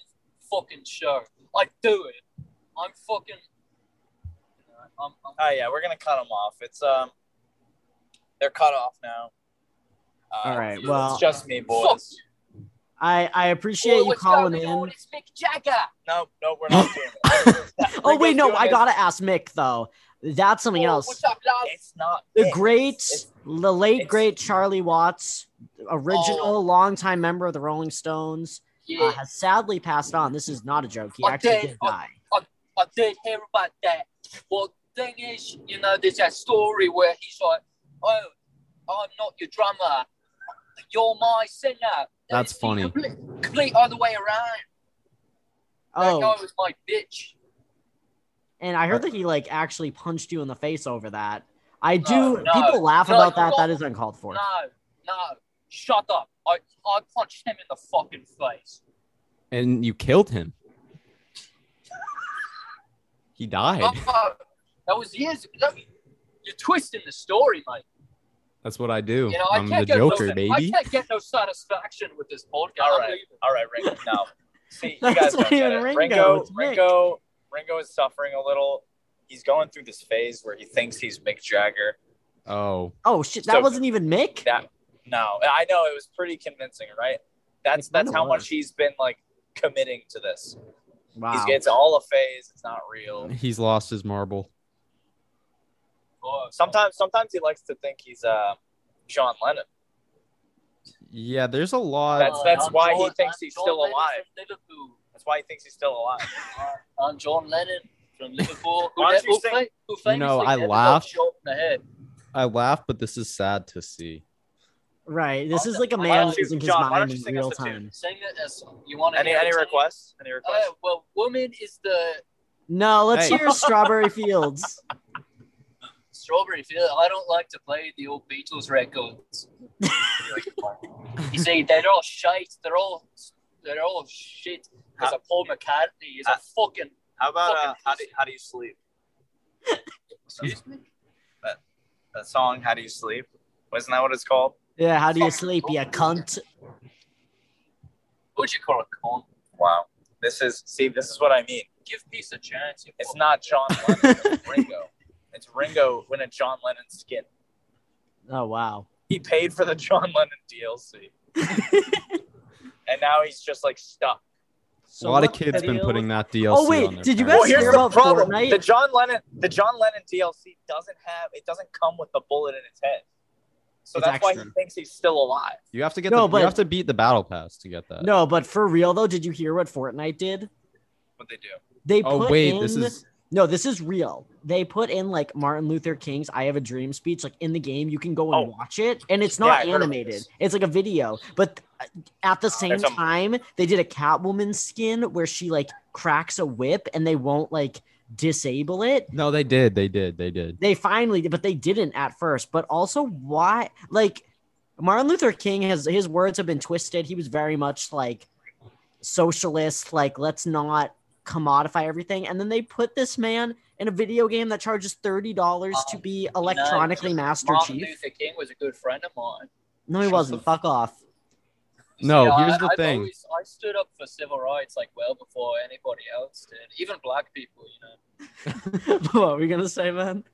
[SPEAKER 6] fucking show. I do it. I'm fucking. I'm, I'm,
[SPEAKER 3] Oh yeah, we're gonna cut them off. It's um, they're cut off now. Uh,
[SPEAKER 1] All right,
[SPEAKER 3] it's
[SPEAKER 1] well-
[SPEAKER 3] just me, boys.
[SPEAKER 6] Fuck.
[SPEAKER 1] I I appreciate
[SPEAKER 6] Oh,
[SPEAKER 1] you
[SPEAKER 6] it's
[SPEAKER 1] calling
[SPEAKER 6] going on,
[SPEAKER 1] in.
[SPEAKER 6] It's Mick Jagger.
[SPEAKER 3] No, no, we're not doing it.
[SPEAKER 1] Oh
[SPEAKER 3] Ringo's
[SPEAKER 1] wait, no,
[SPEAKER 3] doing
[SPEAKER 1] I
[SPEAKER 3] it.
[SPEAKER 1] gotta ask Mick though. That's something
[SPEAKER 6] Oh,
[SPEAKER 1] else.
[SPEAKER 6] What's up, love?
[SPEAKER 3] It's not
[SPEAKER 1] (laughs) The
[SPEAKER 3] it.
[SPEAKER 1] great,
[SPEAKER 3] It's-
[SPEAKER 1] the late
[SPEAKER 3] it's-
[SPEAKER 1] great Charlie Watts, original
[SPEAKER 6] Oh.
[SPEAKER 1] longtime member of the Rolling Stones, uh,
[SPEAKER 6] Yeah,
[SPEAKER 1] has sadly passed on. This is not a joke. He
[SPEAKER 6] I
[SPEAKER 1] actually
[SPEAKER 6] did-
[SPEAKER 1] did die.
[SPEAKER 6] I did hear about that. Well, thing is, you know, there's that story where he's like, "Oh, I'm not your drummer. You're my singer."
[SPEAKER 2] That's
[SPEAKER 6] the
[SPEAKER 2] funny.
[SPEAKER 6] Complete, complete other way around. That
[SPEAKER 1] Oh,
[SPEAKER 6] guy was my bitch.
[SPEAKER 1] and I heard that he like actually punched you in the face over that. I do.
[SPEAKER 6] Oh, No, no,
[SPEAKER 1] people laugh
[SPEAKER 6] no,
[SPEAKER 1] about that.
[SPEAKER 6] no.
[SPEAKER 1] That is uncalled for.
[SPEAKER 6] No, no, shut up. I, I punched him in the fucking face.
[SPEAKER 2] And you killed him. He died.
[SPEAKER 6] Oh, that was years ago. You're twisting the story, mate.
[SPEAKER 2] That's what I do.
[SPEAKER 6] You know, I
[SPEAKER 2] I'm the
[SPEAKER 6] can't get
[SPEAKER 2] Joker,
[SPEAKER 6] no,
[SPEAKER 2] baby.
[SPEAKER 6] I can't get no satisfaction with this podcast.
[SPEAKER 3] All right. all right, Ringo. No, see, you
[SPEAKER 1] That's
[SPEAKER 3] guys
[SPEAKER 1] not
[SPEAKER 3] don't get
[SPEAKER 1] even Ringo,
[SPEAKER 3] it. Ringo,
[SPEAKER 1] it's Mick.
[SPEAKER 3] Ringo, Ringo is suffering a little. He's going through this phase where he thinks he's Mick Jagger.
[SPEAKER 2] Oh,
[SPEAKER 1] Oh shit, that
[SPEAKER 3] So-
[SPEAKER 1] wasn't even Mick.
[SPEAKER 3] That no, I know it was pretty convincing, right? That's
[SPEAKER 1] It
[SPEAKER 3] that's
[SPEAKER 1] kinda
[SPEAKER 3] how
[SPEAKER 1] was.
[SPEAKER 3] much he's been like committing to this. He's
[SPEAKER 1] wow.
[SPEAKER 3] it's all a phase. It's not real.
[SPEAKER 2] he's lost his marble.
[SPEAKER 6] Oh,
[SPEAKER 3] Sometimes, sometimes he likes to think he's uh, John Lennon.
[SPEAKER 2] Yeah, there's a lot.
[SPEAKER 3] That's- that's
[SPEAKER 6] I'm
[SPEAKER 3] why he
[SPEAKER 6] John-
[SPEAKER 3] thinks
[SPEAKER 6] I'm
[SPEAKER 3] he's
[SPEAKER 6] John
[SPEAKER 3] still
[SPEAKER 6] Lennon
[SPEAKER 3] alive.
[SPEAKER 6] from Liverpool.
[SPEAKER 3] That's why he thinks he's still alive. (laughs)
[SPEAKER 6] I'm John Lennon from Liverpool. who
[SPEAKER 3] Why don't
[SPEAKER 6] ne-
[SPEAKER 3] you
[SPEAKER 6] who
[SPEAKER 3] sing-
[SPEAKER 6] fa- who
[SPEAKER 2] You know,
[SPEAKER 6] famously
[SPEAKER 2] I
[SPEAKER 6] ended up
[SPEAKER 2] laugh.
[SPEAKER 6] shot in the head.
[SPEAKER 2] I laugh, but this is sad to see.
[SPEAKER 1] Right. This is like a
[SPEAKER 3] Why
[SPEAKER 1] man
[SPEAKER 3] don't you-
[SPEAKER 1] losing his
[SPEAKER 3] John, why don't
[SPEAKER 1] mind
[SPEAKER 3] you
[SPEAKER 1] in
[SPEAKER 3] sing us
[SPEAKER 1] real
[SPEAKER 3] a tune?
[SPEAKER 1] time.
[SPEAKER 6] Sing that as you want to
[SPEAKER 3] any
[SPEAKER 6] hear
[SPEAKER 3] any
[SPEAKER 6] it?
[SPEAKER 3] requests? Any requests?
[SPEAKER 6] Uh, well, woman is the
[SPEAKER 1] No, let's
[SPEAKER 2] Hey.
[SPEAKER 1] hear
[SPEAKER 3] (laughs)
[SPEAKER 1] Strawberry Fields.
[SPEAKER 6] strawberry field. I don't like to play the old Beatles
[SPEAKER 1] (laughs)
[SPEAKER 6] records. you see, they're all shite. They're all they're all shit. Because a Paul McCartney is a
[SPEAKER 1] Ah.
[SPEAKER 3] Uh,
[SPEAKER 6] fucking
[SPEAKER 3] (laughs) How about uh,
[SPEAKER 6] Fucking
[SPEAKER 3] how, do, how do you (laughs) sleep?
[SPEAKER 6] Excuse me?
[SPEAKER 3] That, that song, How Do You Sleep? Wasn't that what it's called?
[SPEAKER 1] Yeah, how do you sleep, you cunt?
[SPEAKER 6] what'd you call it? Con?
[SPEAKER 3] Wow. This is, see, this is what I mean.
[SPEAKER 6] Give peace a chance. you
[SPEAKER 3] It's
[SPEAKER 6] fucking-
[SPEAKER 3] not John Lennon, it's Ringo. It's Ringo in a John Lennon skin.
[SPEAKER 1] Oh wow.
[SPEAKER 3] He paid for the John Lennon DLC. and now he's just like stuck.
[SPEAKER 1] So
[SPEAKER 2] a lot of
[SPEAKER 1] what's
[SPEAKER 2] kids
[SPEAKER 1] the
[SPEAKER 2] been
[SPEAKER 1] deal
[SPEAKER 2] putting
[SPEAKER 1] with-
[SPEAKER 2] that DLC.
[SPEAKER 1] Oh, wait,
[SPEAKER 2] on their
[SPEAKER 1] did you
[SPEAKER 2] parents'
[SPEAKER 1] guys hear
[SPEAKER 2] website.
[SPEAKER 1] about Fortnite?
[SPEAKER 3] The John Lennon, the John Lennon DLC doesn't have it doesn't come with the bullet in its head. So
[SPEAKER 1] It's
[SPEAKER 3] that's why
[SPEAKER 1] extra.
[SPEAKER 3] he thinks he's still alive.
[SPEAKER 2] You have to get
[SPEAKER 1] No,
[SPEAKER 2] the,
[SPEAKER 1] but-
[SPEAKER 2] you have to beat the battle pass to get that.
[SPEAKER 1] No, but for real though, did you hear what Fortnite did?
[SPEAKER 3] What they do.
[SPEAKER 1] They
[SPEAKER 2] Oh
[SPEAKER 1] put
[SPEAKER 2] wait,
[SPEAKER 1] in
[SPEAKER 2] this is
[SPEAKER 1] No, this is real. They put in like Martin Luther King's I Have a Dream speech like in the game. You can go and
[SPEAKER 3] Oh.
[SPEAKER 1] watch it and it's
[SPEAKER 3] Yeah, I
[SPEAKER 1] not
[SPEAKER 3] heard about
[SPEAKER 1] animated.
[SPEAKER 3] this.
[SPEAKER 1] It's like a video. But uh, at the same
[SPEAKER 3] There's some-
[SPEAKER 1] time, they did a Catwoman skin where she like cracks a whip and they won't like disable it.
[SPEAKER 2] no, they did, they did, they did.
[SPEAKER 1] They finally did, but they didn't at first. But also, why? Like, Martin Luther King has his words have been twisted. He was very much like socialist, like, let's not commodify everything. And then they put this man in a video game that charges $30 to
[SPEAKER 6] Um,
[SPEAKER 1] be electronically
[SPEAKER 6] no,
[SPEAKER 1] Master
[SPEAKER 6] Martin
[SPEAKER 1] Chief.
[SPEAKER 6] Luther King was a good friend of mine.
[SPEAKER 1] No, he
[SPEAKER 2] Shut
[SPEAKER 1] wasn't.
[SPEAKER 2] the-
[SPEAKER 1] Fuck off. (laughs)
[SPEAKER 6] You
[SPEAKER 2] No,
[SPEAKER 6] see, I-
[SPEAKER 2] here's the
[SPEAKER 6] I've
[SPEAKER 2] thing.
[SPEAKER 6] always- I stood up for civil rights like well before anybody else did, even black people. You know.
[SPEAKER 1] what were you going to say, man?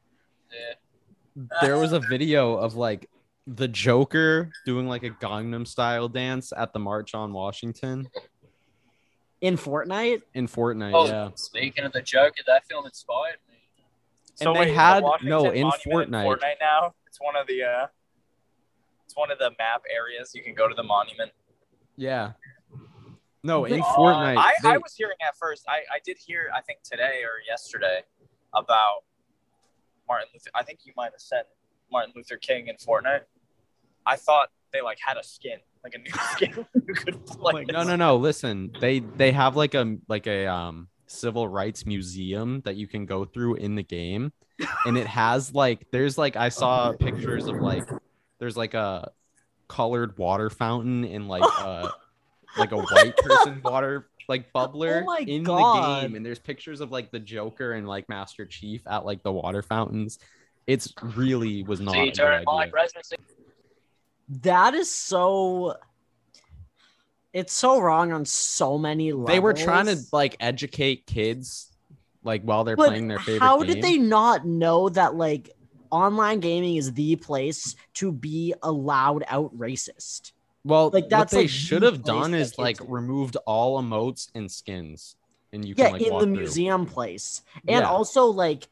[SPEAKER 6] Yeah.
[SPEAKER 1] (laughs)
[SPEAKER 2] There was a video of like the Joker doing like a Gangnam style dance at the March on Washington
[SPEAKER 1] In Fortnite?
[SPEAKER 2] in Fortnite.
[SPEAKER 6] Oh,
[SPEAKER 2] yeah,
[SPEAKER 6] speaking of the Joker, that film inspired me.
[SPEAKER 2] And they
[SPEAKER 3] wait, the
[SPEAKER 2] had-
[SPEAKER 3] Washington
[SPEAKER 2] no, in
[SPEAKER 3] Monument
[SPEAKER 2] Fortnite.
[SPEAKER 3] Fortnite now. It's one of the uh, it's one of the map areas. You can go to the monument.
[SPEAKER 2] Yeah. No, in
[SPEAKER 1] They-
[SPEAKER 3] Uh,
[SPEAKER 2] Fortnite.
[SPEAKER 3] I, I
[SPEAKER 2] they-
[SPEAKER 3] was hearing at first. I, I did hear. I think today or yesterday about Martin Luther. I think you might have said Martin Luther King in Fortnite. I thought they like had a skin, like a new (laughs) skin. you could
[SPEAKER 2] (laughs)
[SPEAKER 3] play.
[SPEAKER 2] like, no, no, no. Listen, they they have like a like a um civil rights museum that you can go through in the game, and it has like there's like I saw pictures of like there's like a colored water fountain and like
[SPEAKER 1] (laughs)
[SPEAKER 2] a like a white person water like bubbler
[SPEAKER 1] Oh my
[SPEAKER 2] in the
[SPEAKER 1] God.
[SPEAKER 2] game, and there's pictures of like the Joker and like Master Chief at like the water fountains. It's really was not. a good idea.
[SPEAKER 6] residency.
[SPEAKER 1] That is so. It's so wrong on so many levels.
[SPEAKER 2] They were trying to like educate kids like while they're
[SPEAKER 1] But
[SPEAKER 2] playing their favorite
[SPEAKER 1] How
[SPEAKER 2] game.
[SPEAKER 1] did they not know that like online gaming is the place to be a loud out racist?
[SPEAKER 2] Well,
[SPEAKER 1] Like,
[SPEAKER 2] like
[SPEAKER 1] that's,
[SPEAKER 2] what they
[SPEAKER 1] like,
[SPEAKER 2] should
[SPEAKER 1] the
[SPEAKER 2] have done
[SPEAKER 1] place
[SPEAKER 2] is
[SPEAKER 1] that
[SPEAKER 2] like
[SPEAKER 1] kids do.
[SPEAKER 2] removed all emotes and skins, and you
[SPEAKER 1] yeah,
[SPEAKER 2] can like
[SPEAKER 1] in
[SPEAKER 2] walk
[SPEAKER 1] the
[SPEAKER 2] through.
[SPEAKER 1] museum place.
[SPEAKER 2] Yeah.
[SPEAKER 1] And also like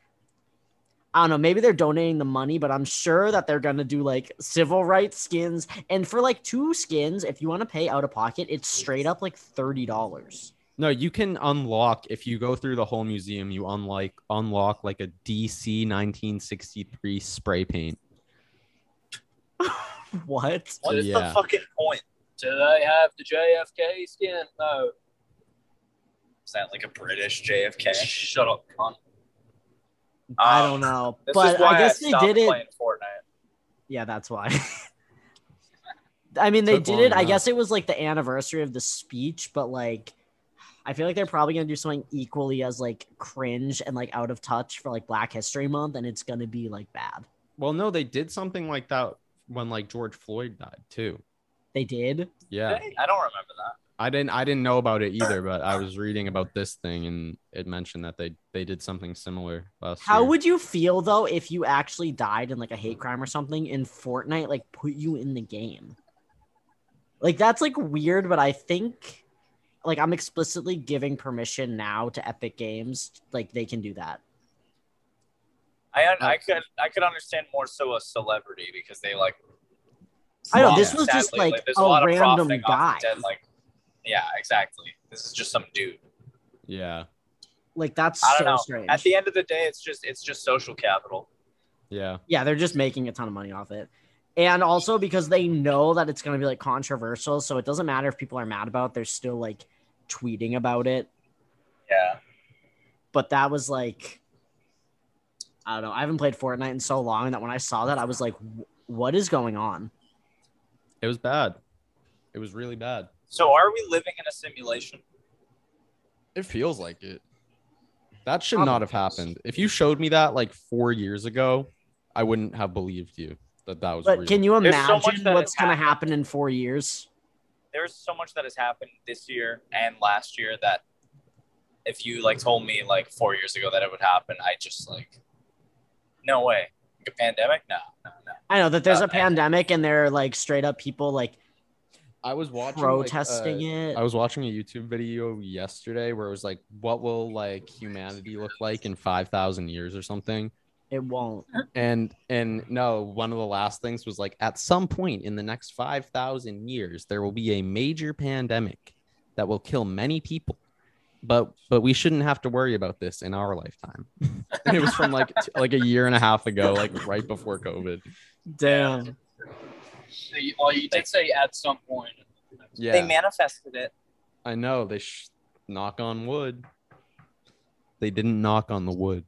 [SPEAKER 1] I don't know, maybe they're donating the money, but I'm sure that they're gonna do like civil rights skins. And for like two skins, if you want to pay out of pocket, it's straight up like thirty dollars.
[SPEAKER 2] No, you can unlock if you go through the whole museum. You unlock unlock like a DC 1963 spray paint.
[SPEAKER 1] What?
[SPEAKER 3] What is
[SPEAKER 2] Yeah.
[SPEAKER 3] the fucking point?
[SPEAKER 6] Do they have the JFK skin? No.
[SPEAKER 3] Is that like a British JFK? Shut up, cunt.
[SPEAKER 1] I
[SPEAKER 3] Um,
[SPEAKER 1] don't know.
[SPEAKER 3] This
[SPEAKER 1] But
[SPEAKER 3] is why
[SPEAKER 1] I guess they
[SPEAKER 3] stopped
[SPEAKER 1] did it.
[SPEAKER 3] playing Fortnite.
[SPEAKER 1] Yeah, that's why. (laughs) I mean, they
[SPEAKER 2] Took
[SPEAKER 1] did
[SPEAKER 2] long
[SPEAKER 1] it. I
[SPEAKER 2] enough.
[SPEAKER 1] guess it was like the anniversary of the speech, but like, I feel like they're probably gonna do something equally as like cringe and like out of touch for like Black History Month, and it's gonna be like bad.
[SPEAKER 2] Well, no, they did something like that when like George Floyd died too.
[SPEAKER 1] They did.
[SPEAKER 2] Yeah,
[SPEAKER 3] Did they? I don't remember that.
[SPEAKER 2] I didn't I didn't know about it either, but I was reading about this thing and it mentioned that they they did something similar last
[SPEAKER 1] How
[SPEAKER 2] year.
[SPEAKER 1] would you feel though if you actually died in like a hate crime or something and Fortnite like put you in the game? Like that's like weird, but I think like I'm explicitly giving permission now to Epic Games, like they can do that.
[SPEAKER 3] I I could I could understand more so a celebrity because they like.
[SPEAKER 1] I know
[SPEAKER 3] flop,
[SPEAKER 1] this was just
[SPEAKER 3] sadly.
[SPEAKER 1] like,
[SPEAKER 3] there's
[SPEAKER 1] a,
[SPEAKER 3] lot of
[SPEAKER 1] random
[SPEAKER 3] profiting
[SPEAKER 1] guy.
[SPEAKER 3] off the dead, like, yeah, exactly. This is just some dude.
[SPEAKER 2] Yeah,
[SPEAKER 1] Like that's
[SPEAKER 3] I
[SPEAKER 1] so
[SPEAKER 3] don't know.
[SPEAKER 1] strange.
[SPEAKER 3] At the end of the day, it's just it's just social capital.
[SPEAKER 2] yeah.
[SPEAKER 1] yeah, they're just making a ton of money off it. And also because they know that it's going to be like controversial, so it doesn't matter if people are mad about it, they're still like tweeting about it.
[SPEAKER 3] Yeah.
[SPEAKER 1] But that was like I don't know. I haven't played Fortnite in so long that when I saw that I was like "Wh- what is going on?
[SPEAKER 2] It was bad. It was really bad.
[SPEAKER 3] So are we living in a simulation?
[SPEAKER 2] It feels like it. That should
[SPEAKER 1] Probably.
[SPEAKER 2] not have happened. If you showed me that like four years ago, I wouldn't have believed you that that was.
[SPEAKER 1] But
[SPEAKER 2] real.
[SPEAKER 1] can you
[SPEAKER 3] There's so much
[SPEAKER 1] imagine
[SPEAKER 3] that
[SPEAKER 1] what's
[SPEAKER 3] has
[SPEAKER 1] going to
[SPEAKER 3] happened.
[SPEAKER 1] happen in 4 years?
[SPEAKER 3] There's so much that has happened this year and last year that if you like told me like four years ago that it would happen, I just like no way. Like a pandemic? No, no, no.
[SPEAKER 1] I know that there's
[SPEAKER 3] Uh,
[SPEAKER 1] a pandemic and there are like straight up people like
[SPEAKER 2] I was watching like,
[SPEAKER 1] protesting
[SPEAKER 2] uh,
[SPEAKER 1] it.
[SPEAKER 2] I was watching a YouTube video yesterday where it was like, "What will like humanity look like in five thousand years or something?"
[SPEAKER 1] It won't.
[SPEAKER 2] And and no, one of the last things was like, at some point in the next five thousand years, there will be a major pandemic that will kill many people. But but we shouldn't have to worry about this in our lifetime. (laughs) and it was from like t- like a year and a half ago, like right before COVID.
[SPEAKER 1] Damn.
[SPEAKER 6] So you- Well, you did say at some point.
[SPEAKER 2] Yeah,
[SPEAKER 3] They manifested it.
[SPEAKER 2] I know. They sh- knock on wood. They didn't knock on the wood.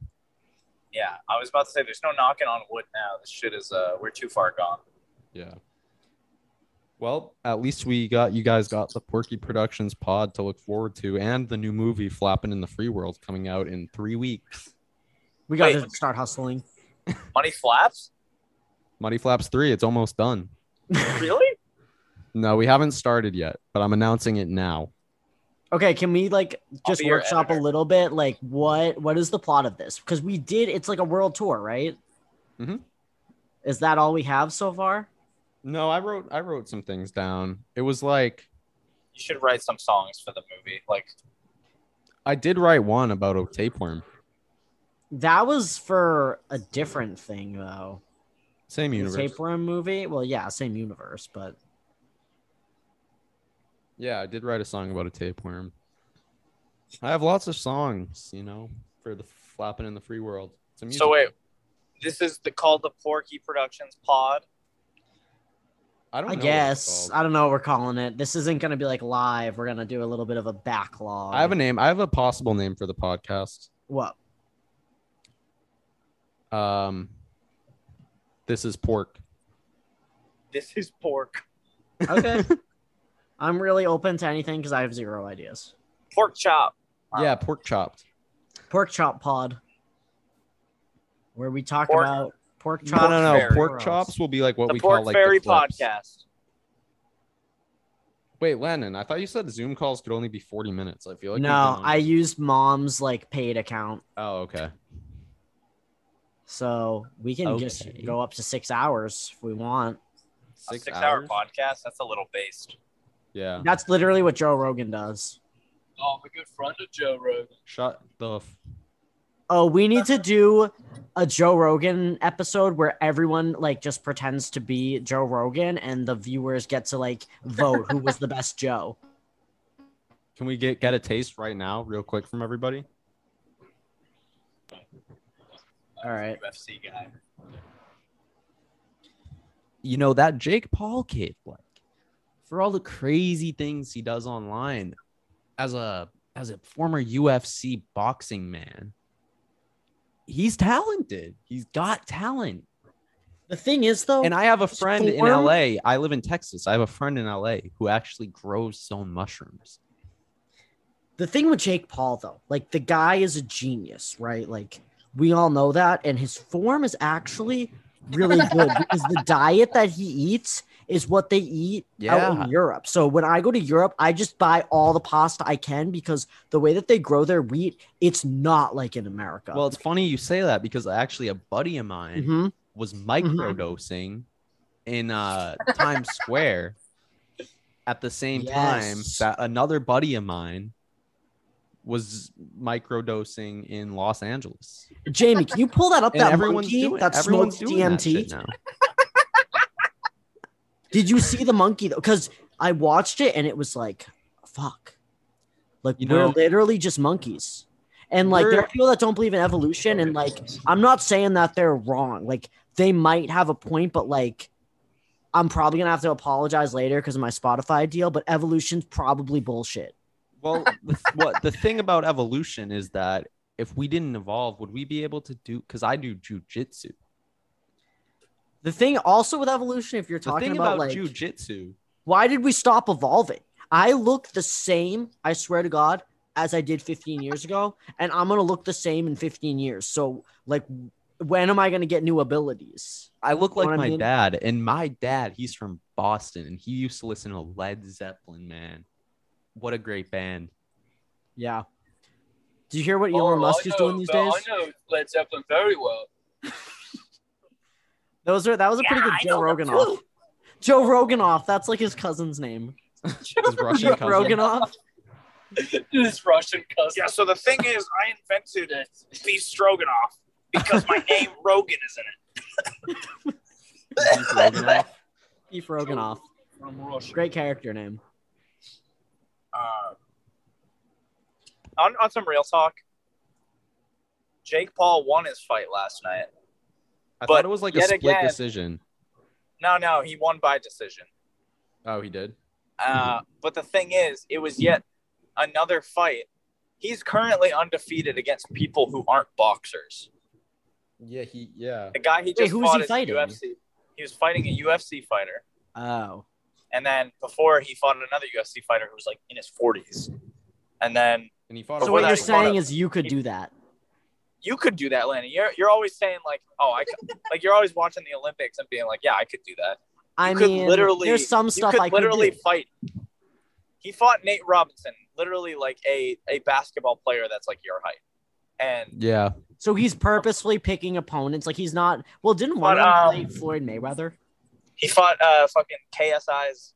[SPEAKER 3] Yeah, I was about to say there's no knocking on wood now. This shit is uh we're too far gone.
[SPEAKER 2] Yeah. Well, at least we got you guys got the Porky Productions pod to look forward to, and the new movie Flapping in the Free World coming out in three weeks.
[SPEAKER 1] We got
[SPEAKER 3] Wait.
[SPEAKER 1] to start hustling.
[SPEAKER 3] Money flaps?
[SPEAKER 2] Muddy Flaps three, it's almost done.
[SPEAKER 3] really?
[SPEAKER 2] No, we haven't started yet, but I'm announcing it now.
[SPEAKER 1] Okay, can we like
[SPEAKER 3] I'll
[SPEAKER 1] just
[SPEAKER 3] be your
[SPEAKER 1] workshop a
[SPEAKER 3] editor.
[SPEAKER 1] little bit? Like, what what is the plot of this? Because we did, it's like a world tour, right?
[SPEAKER 2] Mhm.
[SPEAKER 1] Is that all we have so far?
[SPEAKER 2] No, I wrote I wrote some things down. It was like
[SPEAKER 3] You should write some songs for the movie. Like
[SPEAKER 2] I did write one about a tapeworm.
[SPEAKER 1] That was for a different thing though.
[SPEAKER 2] Same
[SPEAKER 1] The
[SPEAKER 2] universe.
[SPEAKER 1] tapeworm movie. Well, yeah, same universe, but
[SPEAKER 2] Yeah, I did write a song about a tapeworm. I have lots of songs, you know, for the flapping in the free world. It's a music-
[SPEAKER 3] So wait, this is the called the Porky Productions Pod.
[SPEAKER 2] I don't.
[SPEAKER 1] I
[SPEAKER 2] know what it's
[SPEAKER 1] guess
[SPEAKER 2] called.
[SPEAKER 1] I don't know what we're calling it. This isn't gonna be like live. We're gonna do a little bit of a backlog.
[SPEAKER 2] I have a name. I have a possible name for the podcast. (laughs)
[SPEAKER 1] what?
[SPEAKER 2] Um, this is pork.
[SPEAKER 3] This is pork.
[SPEAKER 1] Okay. I'm really open to anything because I have zero ideas.
[SPEAKER 3] Pork chop.
[SPEAKER 2] Yeah, pork chopped.
[SPEAKER 1] Pork chop pod, where we talk
[SPEAKER 3] Pork-
[SPEAKER 1] about pork
[SPEAKER 2] No,
[SPEAKER 1] chops.
[SPEAKER 2] no, no.
[SPEAKER 3] fairy.
[SPEAKER 2] Pork chops will be like what
[SPEAKER 3] the
[SPEAKER 2] we
[SPEAKER 3] Pork
[SPEAKER 2] call like
[SPEAKER 3] Fairy
[SPEAKER 2] the clips.
[SPEAKER 3] Podcast.
[SPEAKER 2] Wait, Lennon, I thought you said Zoom calls could only be forty minutes. I feel like
[SPEAKER 1] no,
[SPEAKER 2] we've been on-
[SPEAKER 1] I used mom's like paid account,
[SPEAKER 2] Oh, okay.
[SPEAKER 1] so we can just
[SPEAKER 2] Okay.
[SPEAKER 1] go up to six hours if we want.
[SPEAKER 3] A six-hour podcast. That's a little based.
[SPEAKER 2] Yeah.
[SPEAKER 1] That's literally what Joe Rogan does.
[SPEAKER 6] Oh, I'm a good friend of Joe Rogan.
[SPEAKER 2] Shut the. F-
[SPEAKER 1] Oh, we need to do a Joe Rogan episode where everyone like just pretends to be Joe Rogan and the viewers get to like vote who was the best Joe.
[SPEAKER 2] Can we get get a taste right now, real quick, from everybody?
[SPEAKER 1] All right.
[SPEAKER 3] UFC guy.
[SPEAKER 2] you know that Jake Paul kid like for all the crazy things he does online as a as a former UFC boxing man he's talented he's got talent
[SPEAKER 1] The thing is though,
[SPEAKER 2] (laughs) and I have a friend in
[SPEAKER 1] Storm?
[SPEAKER 2] LA I live in Texas I have a friend in LA who actually grows his own mushrooms
[SPEAKER 1] the thing with Jake Paul though, like the guy is a genius, right? Like we all know that, and his form is actually really
[SPEAKER 2] (laughs)
[SPEAKER 1] good because the diet that he eats is what they eat out
[SPEAKER 2] Yeah.
[SPEAKER 1] in Europe. So when I go to Europe, I just buy all the pasta I can because the way that they grow their wheat, it's not like in America.
[SPEAKER 2] well it's funny you say that because actually a buddy of mine
[SPEAKER 1] Mhm.
[SPEAKER 2] was microdosing in uh Times Square at the same time
[SPEAKER 1] Yes.
[SPEAKER 2] that another buddy of mine was microdosing in Los Angeles.
[SPEAKER 1] Jamie, can you pull that up?
[SPEAKER 2] And
[SPEAKER 1] that
[SPEAKER 2] everyone's
[SPEAKER 1] monkey
[SPEAKER 2] doing
[SPEAKER 1] that
[SPEAKER 2] everyone's
[SPEAKER 1] smokes
[SPEAKER 2] doing that shit
[SPEAKER 1] DMT.
[SPEAKER 2] now.
[SPEAKER 1] Did you see the monkey though? Because I watched it and it was like, fuck, like
[SPEAKER 2] You
[SPEAKER 1] we're
[SPEAKER 2] know-
[SPEAKER 1] literally just monkeys. And like there
[SPEAKER 2] We're-
[SPEAKER 1] are people that don't believe in evolution, and like I'm not saying that they're wrong. Like they might have a point, but like I'm probably gonna have to apologize later because of my Spotify deal. But evolution's probably bullshit.
[SPEAKER 2] Well, the, th- what the thing about evolution is that if we didn't evolve, would we be able to do? Because I do jujitsu.
[SPEAKER 1] The thing also with evolution, if you're
[SPEAKER 2] The
[SPEAKER 1] talking
[SPEAKER 2] thing
[SPEAKER 1] about,
[SPEAKER 2] about,
[SPEAKER 1] like
[SPEAKER 2] jujitsu,
[SPEAKER 1] Why did we stop evolving? I look the same, I swear to God, as I did 15 years ago, and I'm gonna look the same in 15 years. So, like, when am I gonna get new abilities?
[SPEAKER 2] I look like
[SPEAKER 1] what I
[SPEAKER 2] my
[SPEAKER 1] mean?
[SPEAKER 2] dad, and my dad, he's from Boston, and he used to listen to Led Zeppelin. Man, what a great
[SPEAKER 1] (laughs)
[SPEAKER 2] band!
[SPEAKER 1] Yeah. Do you hear what Elon
[SPEAKER 6] Oh,
[SPEAKER 1] Musk
[SPEAKER 6] I
[SPEAKER 1] is
[SPEAKER 6] know-
[SPEAKER 1] doing these
[SPEAKER 6] I
[SPEAKER 1] days?
[SPEAKER 6] know Led Zeppelin very well. (laughs)
[SPEAKER 1] Those are that was a pretty good Joe Roganoff. Joe Roganoff, that's like his cousin's name.
[SPEAKER 2] (laughs) His Russian
[SPEAKER 1] Joe
[SPEAKER 2] cousin.
[SPEAKER 1] Roganoff.
[SPEAKER 6] this Russian cousin.
[SPEAKER 3] Yeah. So the thing is, I invented (laughs) beef stroganoff because my name Rogan is in it.
[SPEAKER 2] (laughs) Keith Roganoff.
[SPEAKER 1] Beef Roganoff.
[SPEAKER 6] From Russia.
[SPEAKER 1] Great character name.
[SPEAKER 3] Uh, on on some real talk, Jake Paul won his fight last night.
[SPEAKER 2] I
[SPEAKER 3] But
[SPEAKER 2] thought it was like a
[SPEAKER 3] yet
[SPEAKER 2] split
[SPEAKER 3] again-
[SPEAKER 2] decision.
[SPEAKER 3] No, no, he won by decision.
[SPEAKER 2] Oh, he did.
[SPEAKER 3] Uh, but the thing is, it was yet another fight. He's currently undefeated against people who aren't boxers.
[SPEAKER 2] Yeah, he. Yeah.
[SPEAKER 3] The guy he just
[SPEAKER 1] who was
[SPEAKER 3] fought
[SPEAKER 1] he
[SPEAKER 3] is a
[SPEAKER 1] fighting?
[SPEAKER 3] UFC. He was fighting a UFC fighter,
[SPEAKER 1] Oh.
[SPEAKER 3] and then before he fought another UFC fighter who was like in his forties. And then
[SPEAKER 2] And he fought.
[SPEAKER 1] So
[SPEAKER 3] Before
[SPEAKER 1] what
[SPEAKER 3] that,
[SPEAKER 1] you're
[SPEAKER 3] he fought
[SPEAKER 1] saying
[SPEAKER 3] a-
[SPEAKER 1] is you could do that.
[SPEAKER 3] you could do that, Lenny. You're you're always saying like, oh, I could, like you're always watching the Olympics and being like, yeah, I could do that.
[SPEAKER 1] I
[SPEAKER 3] You could
[SPEAKER 1] mean,
[SPEAKER 3] literally-
[SPEAKER 1] there's some
[SPEAKER 3] You
[SPEAKER 1] stuff
[SPEAKER 3] could
[SPEAKER 1] I could
[SPEAKER 3] literally
[SPEAKER 1] do.
[SPEAKER 3] fight. He fought Nate Robinson, literally like a a basketball player that's like your height, and
[SPEAKER 2] Yeah.
[SPEAKER 1] So he's purposefully picking opponents. Like he's not. Well, didn't one
[SPEAKER 3] But,
[SPEAKER 1] of them
[SPEAKER 3] um,
[SPEAKER 1] play Floyd Mayweather?
[SPEAKER 3] he fought uh fucking KSI's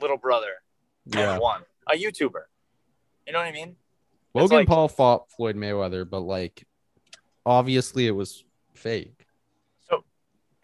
[SPEAKER 3] little brother
[SPEAKER 2] Yeah.
[SPEAKER 3] and won. A YouTuber. You know what I mean?
[SPEAKER 2] Logan
[SPEAKER 3] like-
[SPEAKER 2] Paul fought Floyd Mayweather, but like obviously it was fake.
[SPEAKER 3] So,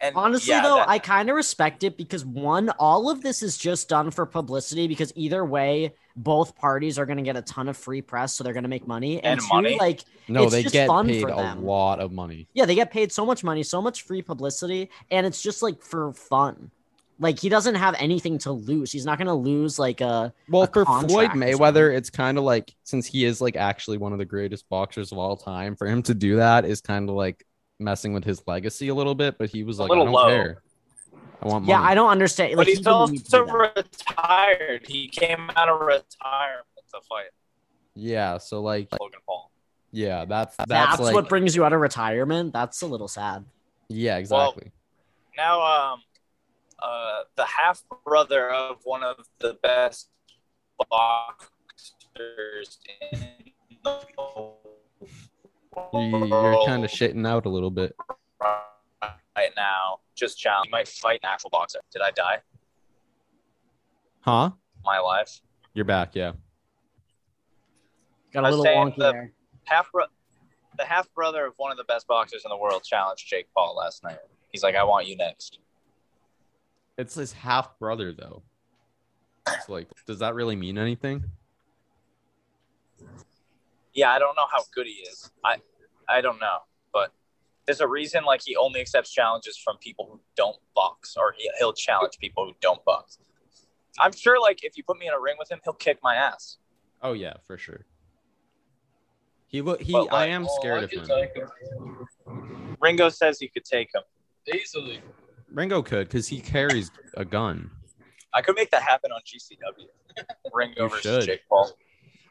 [SPEAKER 3] and
[SPEAKER 1] Honestly,
[SPEAKER 3] yeah,
[SPEAKER 1] though,
[SPEAKER 3] that-
[SPEAKER 1] I kind of respect it because one, all of this is just done for publicity because either way, both parties are going to get a ton of free press, so they're going to make money. And,
[SPEAKER 3] And
[SPEAKER 1] two,
[SPEAKER 3] money.
[SPEAKER 1] like,
[SPEAKER 2] No,
[SPEAKER 1] It's
[SPEAKER 2] they
[SPEAKER 1] just
[SPEAKER 2] get
[SPEAKER 1] fun
[SPEAKER 2] paid
[SPEAKER 1] for
[SPEAKER 2] a
[SPEAKER 1] them.
[SPEAKER 2] lot of money.
[SPEAKER 1] yeah, they get paid so much money, so much free publicity, and it's just like for fun. Like he doesn't have anything to lose. He's not going to lose like a
[SPEAKER 2] Well,
[SPEAKER 1] A
[SPEAKER 2] for Floyd
[SPEAKER 1] contract or
[SPEAKER 2] Mayweather, it's kind of like since he is like actually one of the greatest boxers of all time, for him to do that is kind of like messing with his legacy a little bit. But he was
[SPEAKER 3] A
[SPEAKER 2] like, I
[SPEAKER 3] little
[SPEAKER 2] don't
[SPEAKER 3] low.
[SPEAKER 2] care. I want money.
[SPEAKER 1] yeah. I don't understand.
[SPEAKER 3] but
[SPEAKER 1] like, he
[SPEAKER 3] he's
[SPEAKER 1] didn't need to do
[SPEAKER 3] also
[SPEAKER 1] that.
[SPEAKER 3] retired. He came out of retirement to fight
[SPEAKER 2] Yeah. So like,
[SPEAKER 3] Logan Paul.
[SPEAKER 2] yeah, that's that's,
[SPEAKER 1] That's,
[SPEAKER 2] like,
[SPEAKER 1] what brings you out of retirement. That's a little sad.
[SPEAKER 2] yeah, exactly.
[SPEAKER 3] Now, um, uh, the half brother of one of the best boxers in the
[SPEAKER 2] You- you're
[SPEAKER 3] world
[SPEAKER 2] kind of shitting out a little bit.
[SPEAKER 3] right now. Just challenge. He might fight an actual boxer. Did I die?
[SPEAKER 2] Huh?
[SPEAKER 3] My life.
[SPEAKER 2] You're back. Yeah.
[SPEAKER 1] Got
[SPEAKER 3] I
[SPEAKER 1] a
[SPEAKER 3] was
[SPEAKER 1] little
[SPEAKER 3] saying
[SPEAKER 1] wonky
[SPEAKER 3] the-
[SPEAKER 1] there.
[SPEAKER 3] half bro- the half brother of one of the best boxers in the world challenged Jake Paul last night. He's like, I want you next.
[SPEAKER 2] It's his half brother though. It's like, does that really mean anything?
[SPEAKER 3] Yeah, I don't know how good he is. I I don't know, but there's a reason like he only accepts challenges from people who don't box, or he, he'll challenge people who don't box. I'm sure, like if you put me in a ring with him, he'll kick my ass.
[SPEAKER 2] Oh yeah, for sure. He look. He.
[SPEAKER 3] But,
[SPEAKER 2] I
[SPEAKER 3] like,
[SPEAKER 2] am
[SPEAKER 6] Oh,
[SPEAKER 2] scared
[SPEAKER 6] I
[SPEAKER 2] of
[SPEAKER 6] could
[SPEAKER 2] him.
[SPEAKER 6] take him
[SPEAKER 3] Ringo says he could take him.
[SPEAKER 6] easily.
[SPEAKER 2] Ringo could
[SPEAKER 1] (laughs)
[SPEAKER 2] because he carries a gun.
[SPEAKER 3] I could make that happen on
[SPEAKER 2] (laughs)
[SPEAKER 3] GCW. Ringo
[SPEAKER 2] You
[SPEAKER 3] versus
[SPEAKER 2] should.
[SPEAKER 3] Jake Paul.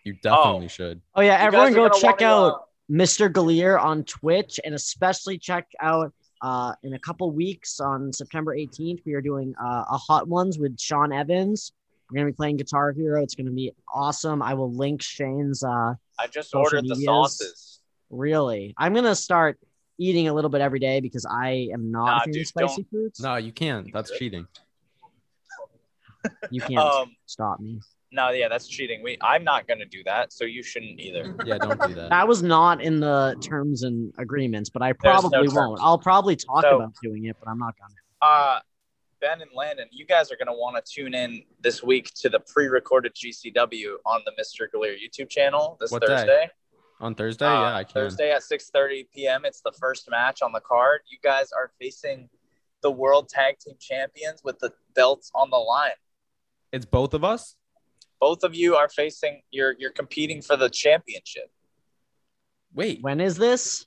[SPEAKER 2] You definitely should.
[SPEAKER 1] Oh yeah,
[SPEAKER 3] You
[SPEAKER 1] everyone
[SPEAKER 3] guys are
[SPEAKER 1] go
[SPEAKER 3] gonna
[SPEAKER 1] check
[SPEAKER 3] wanna,
[SPEAKER 1] out Mr. Gallier on Twitch, and especially check out uh, in a couple weeks on September 18th. We are doing uh, a Hot Ones with Sean Evans. We're gonna be playing Guitar Hero. It's gonna be awesome. I will link Shane's. Uh,
[SPEAKER 3] I just
[SPEAKER 1] social
[SPEAKER 3] ordered the
[SPEAKER 1] medias.
[SPEAKER 3] sauces.
[SPEAKER 1] really, I'm gonna start eating a little bit every day because I am not
[SPEAKER 3] Nah,
[SPEAKER 1] a fan of
[SPEAKER 3] dude,
[SPEAKER 1] spicy foods.
[SPEAKER 2] No, you can't. That's
[SPEAKER 3] (laughs)
[SPEAKER 2] cheating.
[SPEAKER 1] You can't
[SPEAKER 3] Um,
[SPEAKER 1] stop me.
[SPEAKER 3] No, yeah, that's cheating. We, I'm not gonna do that, so you shouldn't
[SPEAKER 1] (laughs)
[SPEAKER 3] either.
[SPEAKER 2] Yeah, don't do that.
[SPEAKER 1] That was not in the terms and agreements, but I
[SPEAKER 3] no
[SPEAKER 1] probably
[SPEAKER 3] terms.
[SPEAKER 1] won't. I'll probably talk
[SPEAKER 3] So-
[SPEAKER 1] about doing it, but I'm not gonna.
[SPEAKER 3] Uh, ben and Landon, you guys are gonna want to tune in this week to the pre-recorded GCW on the Mr. Gallier YouTube channel this
[SPEAKER 2] What day?
[SPEAKER 3] Thursday.
[SPEAKER 2] On Thursday,
[SPEAKER 3] Uh,
[SPEAKER 2] yeah, I can.
[SPEAKER 3] Thursday at 6:30 p.m. It's the first match on the card. You guys are facing the World Tag Team Champions with the belts on the line.
[SPEAKER 2] It's both of us.
[SPEAKER 3] Both of you are facing. You're you're competing for the championship
[SPEAKER 2] Wait,
[SPEAKER 1] When is this?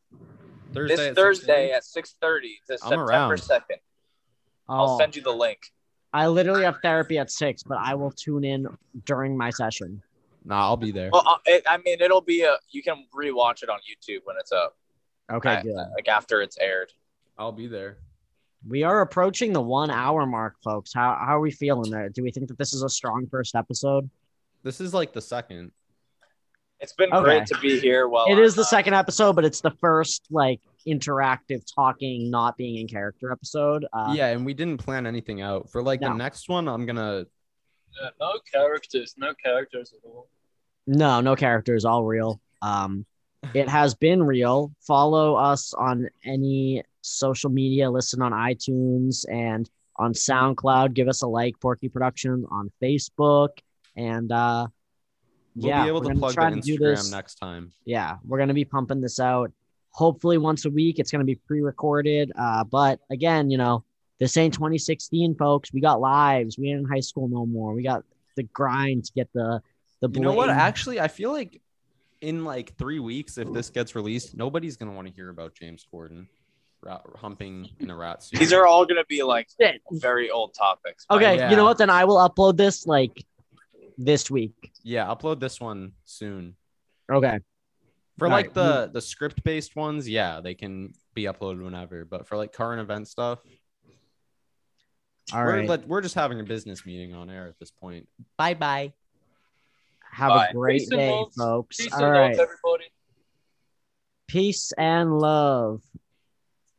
[SPEAKER 2] Thursday.
[SPEAKER 3] this
[SPEAKER 2] at 6:30?
[SPEAKER 3] Thursday at 6:30 to September
[SPEAKER 2] around.
[SPEAKER 3] 2nd. I'll
[SPEAKER 1] Oh,
[SPEAKER 3] send you the link.
[SPEAKER 1] I literally have therapy at six, but I will tune in during my session.
[SPEAKER 2] Nah, I'll be there.
[SPEAKER 3] Well, I- it, I mean, it'll be a. You can rewatch it on YouTube when it's up,
[SPEAKER 1] Okay,
[SPEAKER 3] I-
[SPEAKER 1] good.
[SPEAKER 3] like after it's aired.
[SPEAKER 2] I'll be there.
[SPEAKER 1] We are approaching the one hour mark, folks. How, how are we feeling there? Do we think that this is a strong first episode?
[SPEAKER 2] This is like the second.
[SPEAKER 3] It's been
[SPEAKER 1] Okay.
[SPEAKER 3] great to be here. Well,
[SPEAKER 1] it is the second episode, but it's the first like interactive talking, not being in character episode. Uh,
[SPEAKER 2] yeah, and we didn't plan anything out for like
[SPEAKER 1] No.
[SPEAKER 2] the next one. I'm gonna.
[SPEAKER 6] Yeah, no characters, no characters at all.
[SPEAKER 1] No, no characters, all real. Um, it has been real. Follow us on any social media, listen on iTunes and on SoundCloud. Give us a like, Porky Productions on Facebook. And uh,
[SPEAKER 2] We'll
[SPEAKER 1] yeah,
[SPEAKER 2] be able
[SPEAKER 1] we're
[SPEAKER 2] to
[SPEAKER 1] gonna
[SPEAKER 2] plug the
[SPEAKER 1] try to do
[SPEAKER 2] Instagram
[SPEAKER 1] this.
[SPEAKER 2] next time.
[SPEAKER 1] Yeah, we're going to be pumping this out hopefully once a week. It's going to be pre recorded. Uh, but again, you know, this ain't 2016, folks. We got lives. We ain't in high school no more. We got the grind to get the. The
[SPEAKER 2] You know what?
[SPEAKER 1] blatant-
[SPEAKER 2] Actually, I feel like in like three weeks, if this gets released, nobody's gonna want to hear about James Corden rat, humping in a rat suit.
[SPEAKER 3] These are all going to be like
[SPEAKER 1] Shit.
[SPEAKER 3] very old topics. but
[SPEAKER 1] Okay,
[SPEAKER 2] Yeah.
[SPEAKER 1] you know what? Then I will upload this like this week.
[SPEAKER 2] yeah. Upload this one soon.
[SPEAKER 1] Okay.
[SPEAKER 2] For
[SPEAKER 1] All
[SPEAKER 2] like
[SPEAKER 1] right, Mm-hmm.
[SPEAKER 2] the the script based ones, yeah, they can be uploaded whenever. But for like current event stuff,
[SPEAKER 1] All
[SPEAKER 2] we're
[SPEAKER 1] right.
[SPEAKER 2] like- we're just having a business meeting on air at this point.
[SPEAKER 1] Bye bye. Have
[SPEAKER 3] Bye.
[SPEAKER 1] a great
[SPEAKER 6] Peace and
[SPEAKER 1] day,
[SPEAKER 6] love.
[SPEAKER 1] folks.
[SPEAKER 6] Peace
[SPEAKER 1] All
[SPEAKER 6] and
[SPEAKER 1] right.
[SPEAKER 6] love, everybody.
[SPEAKER 1] Peace and love.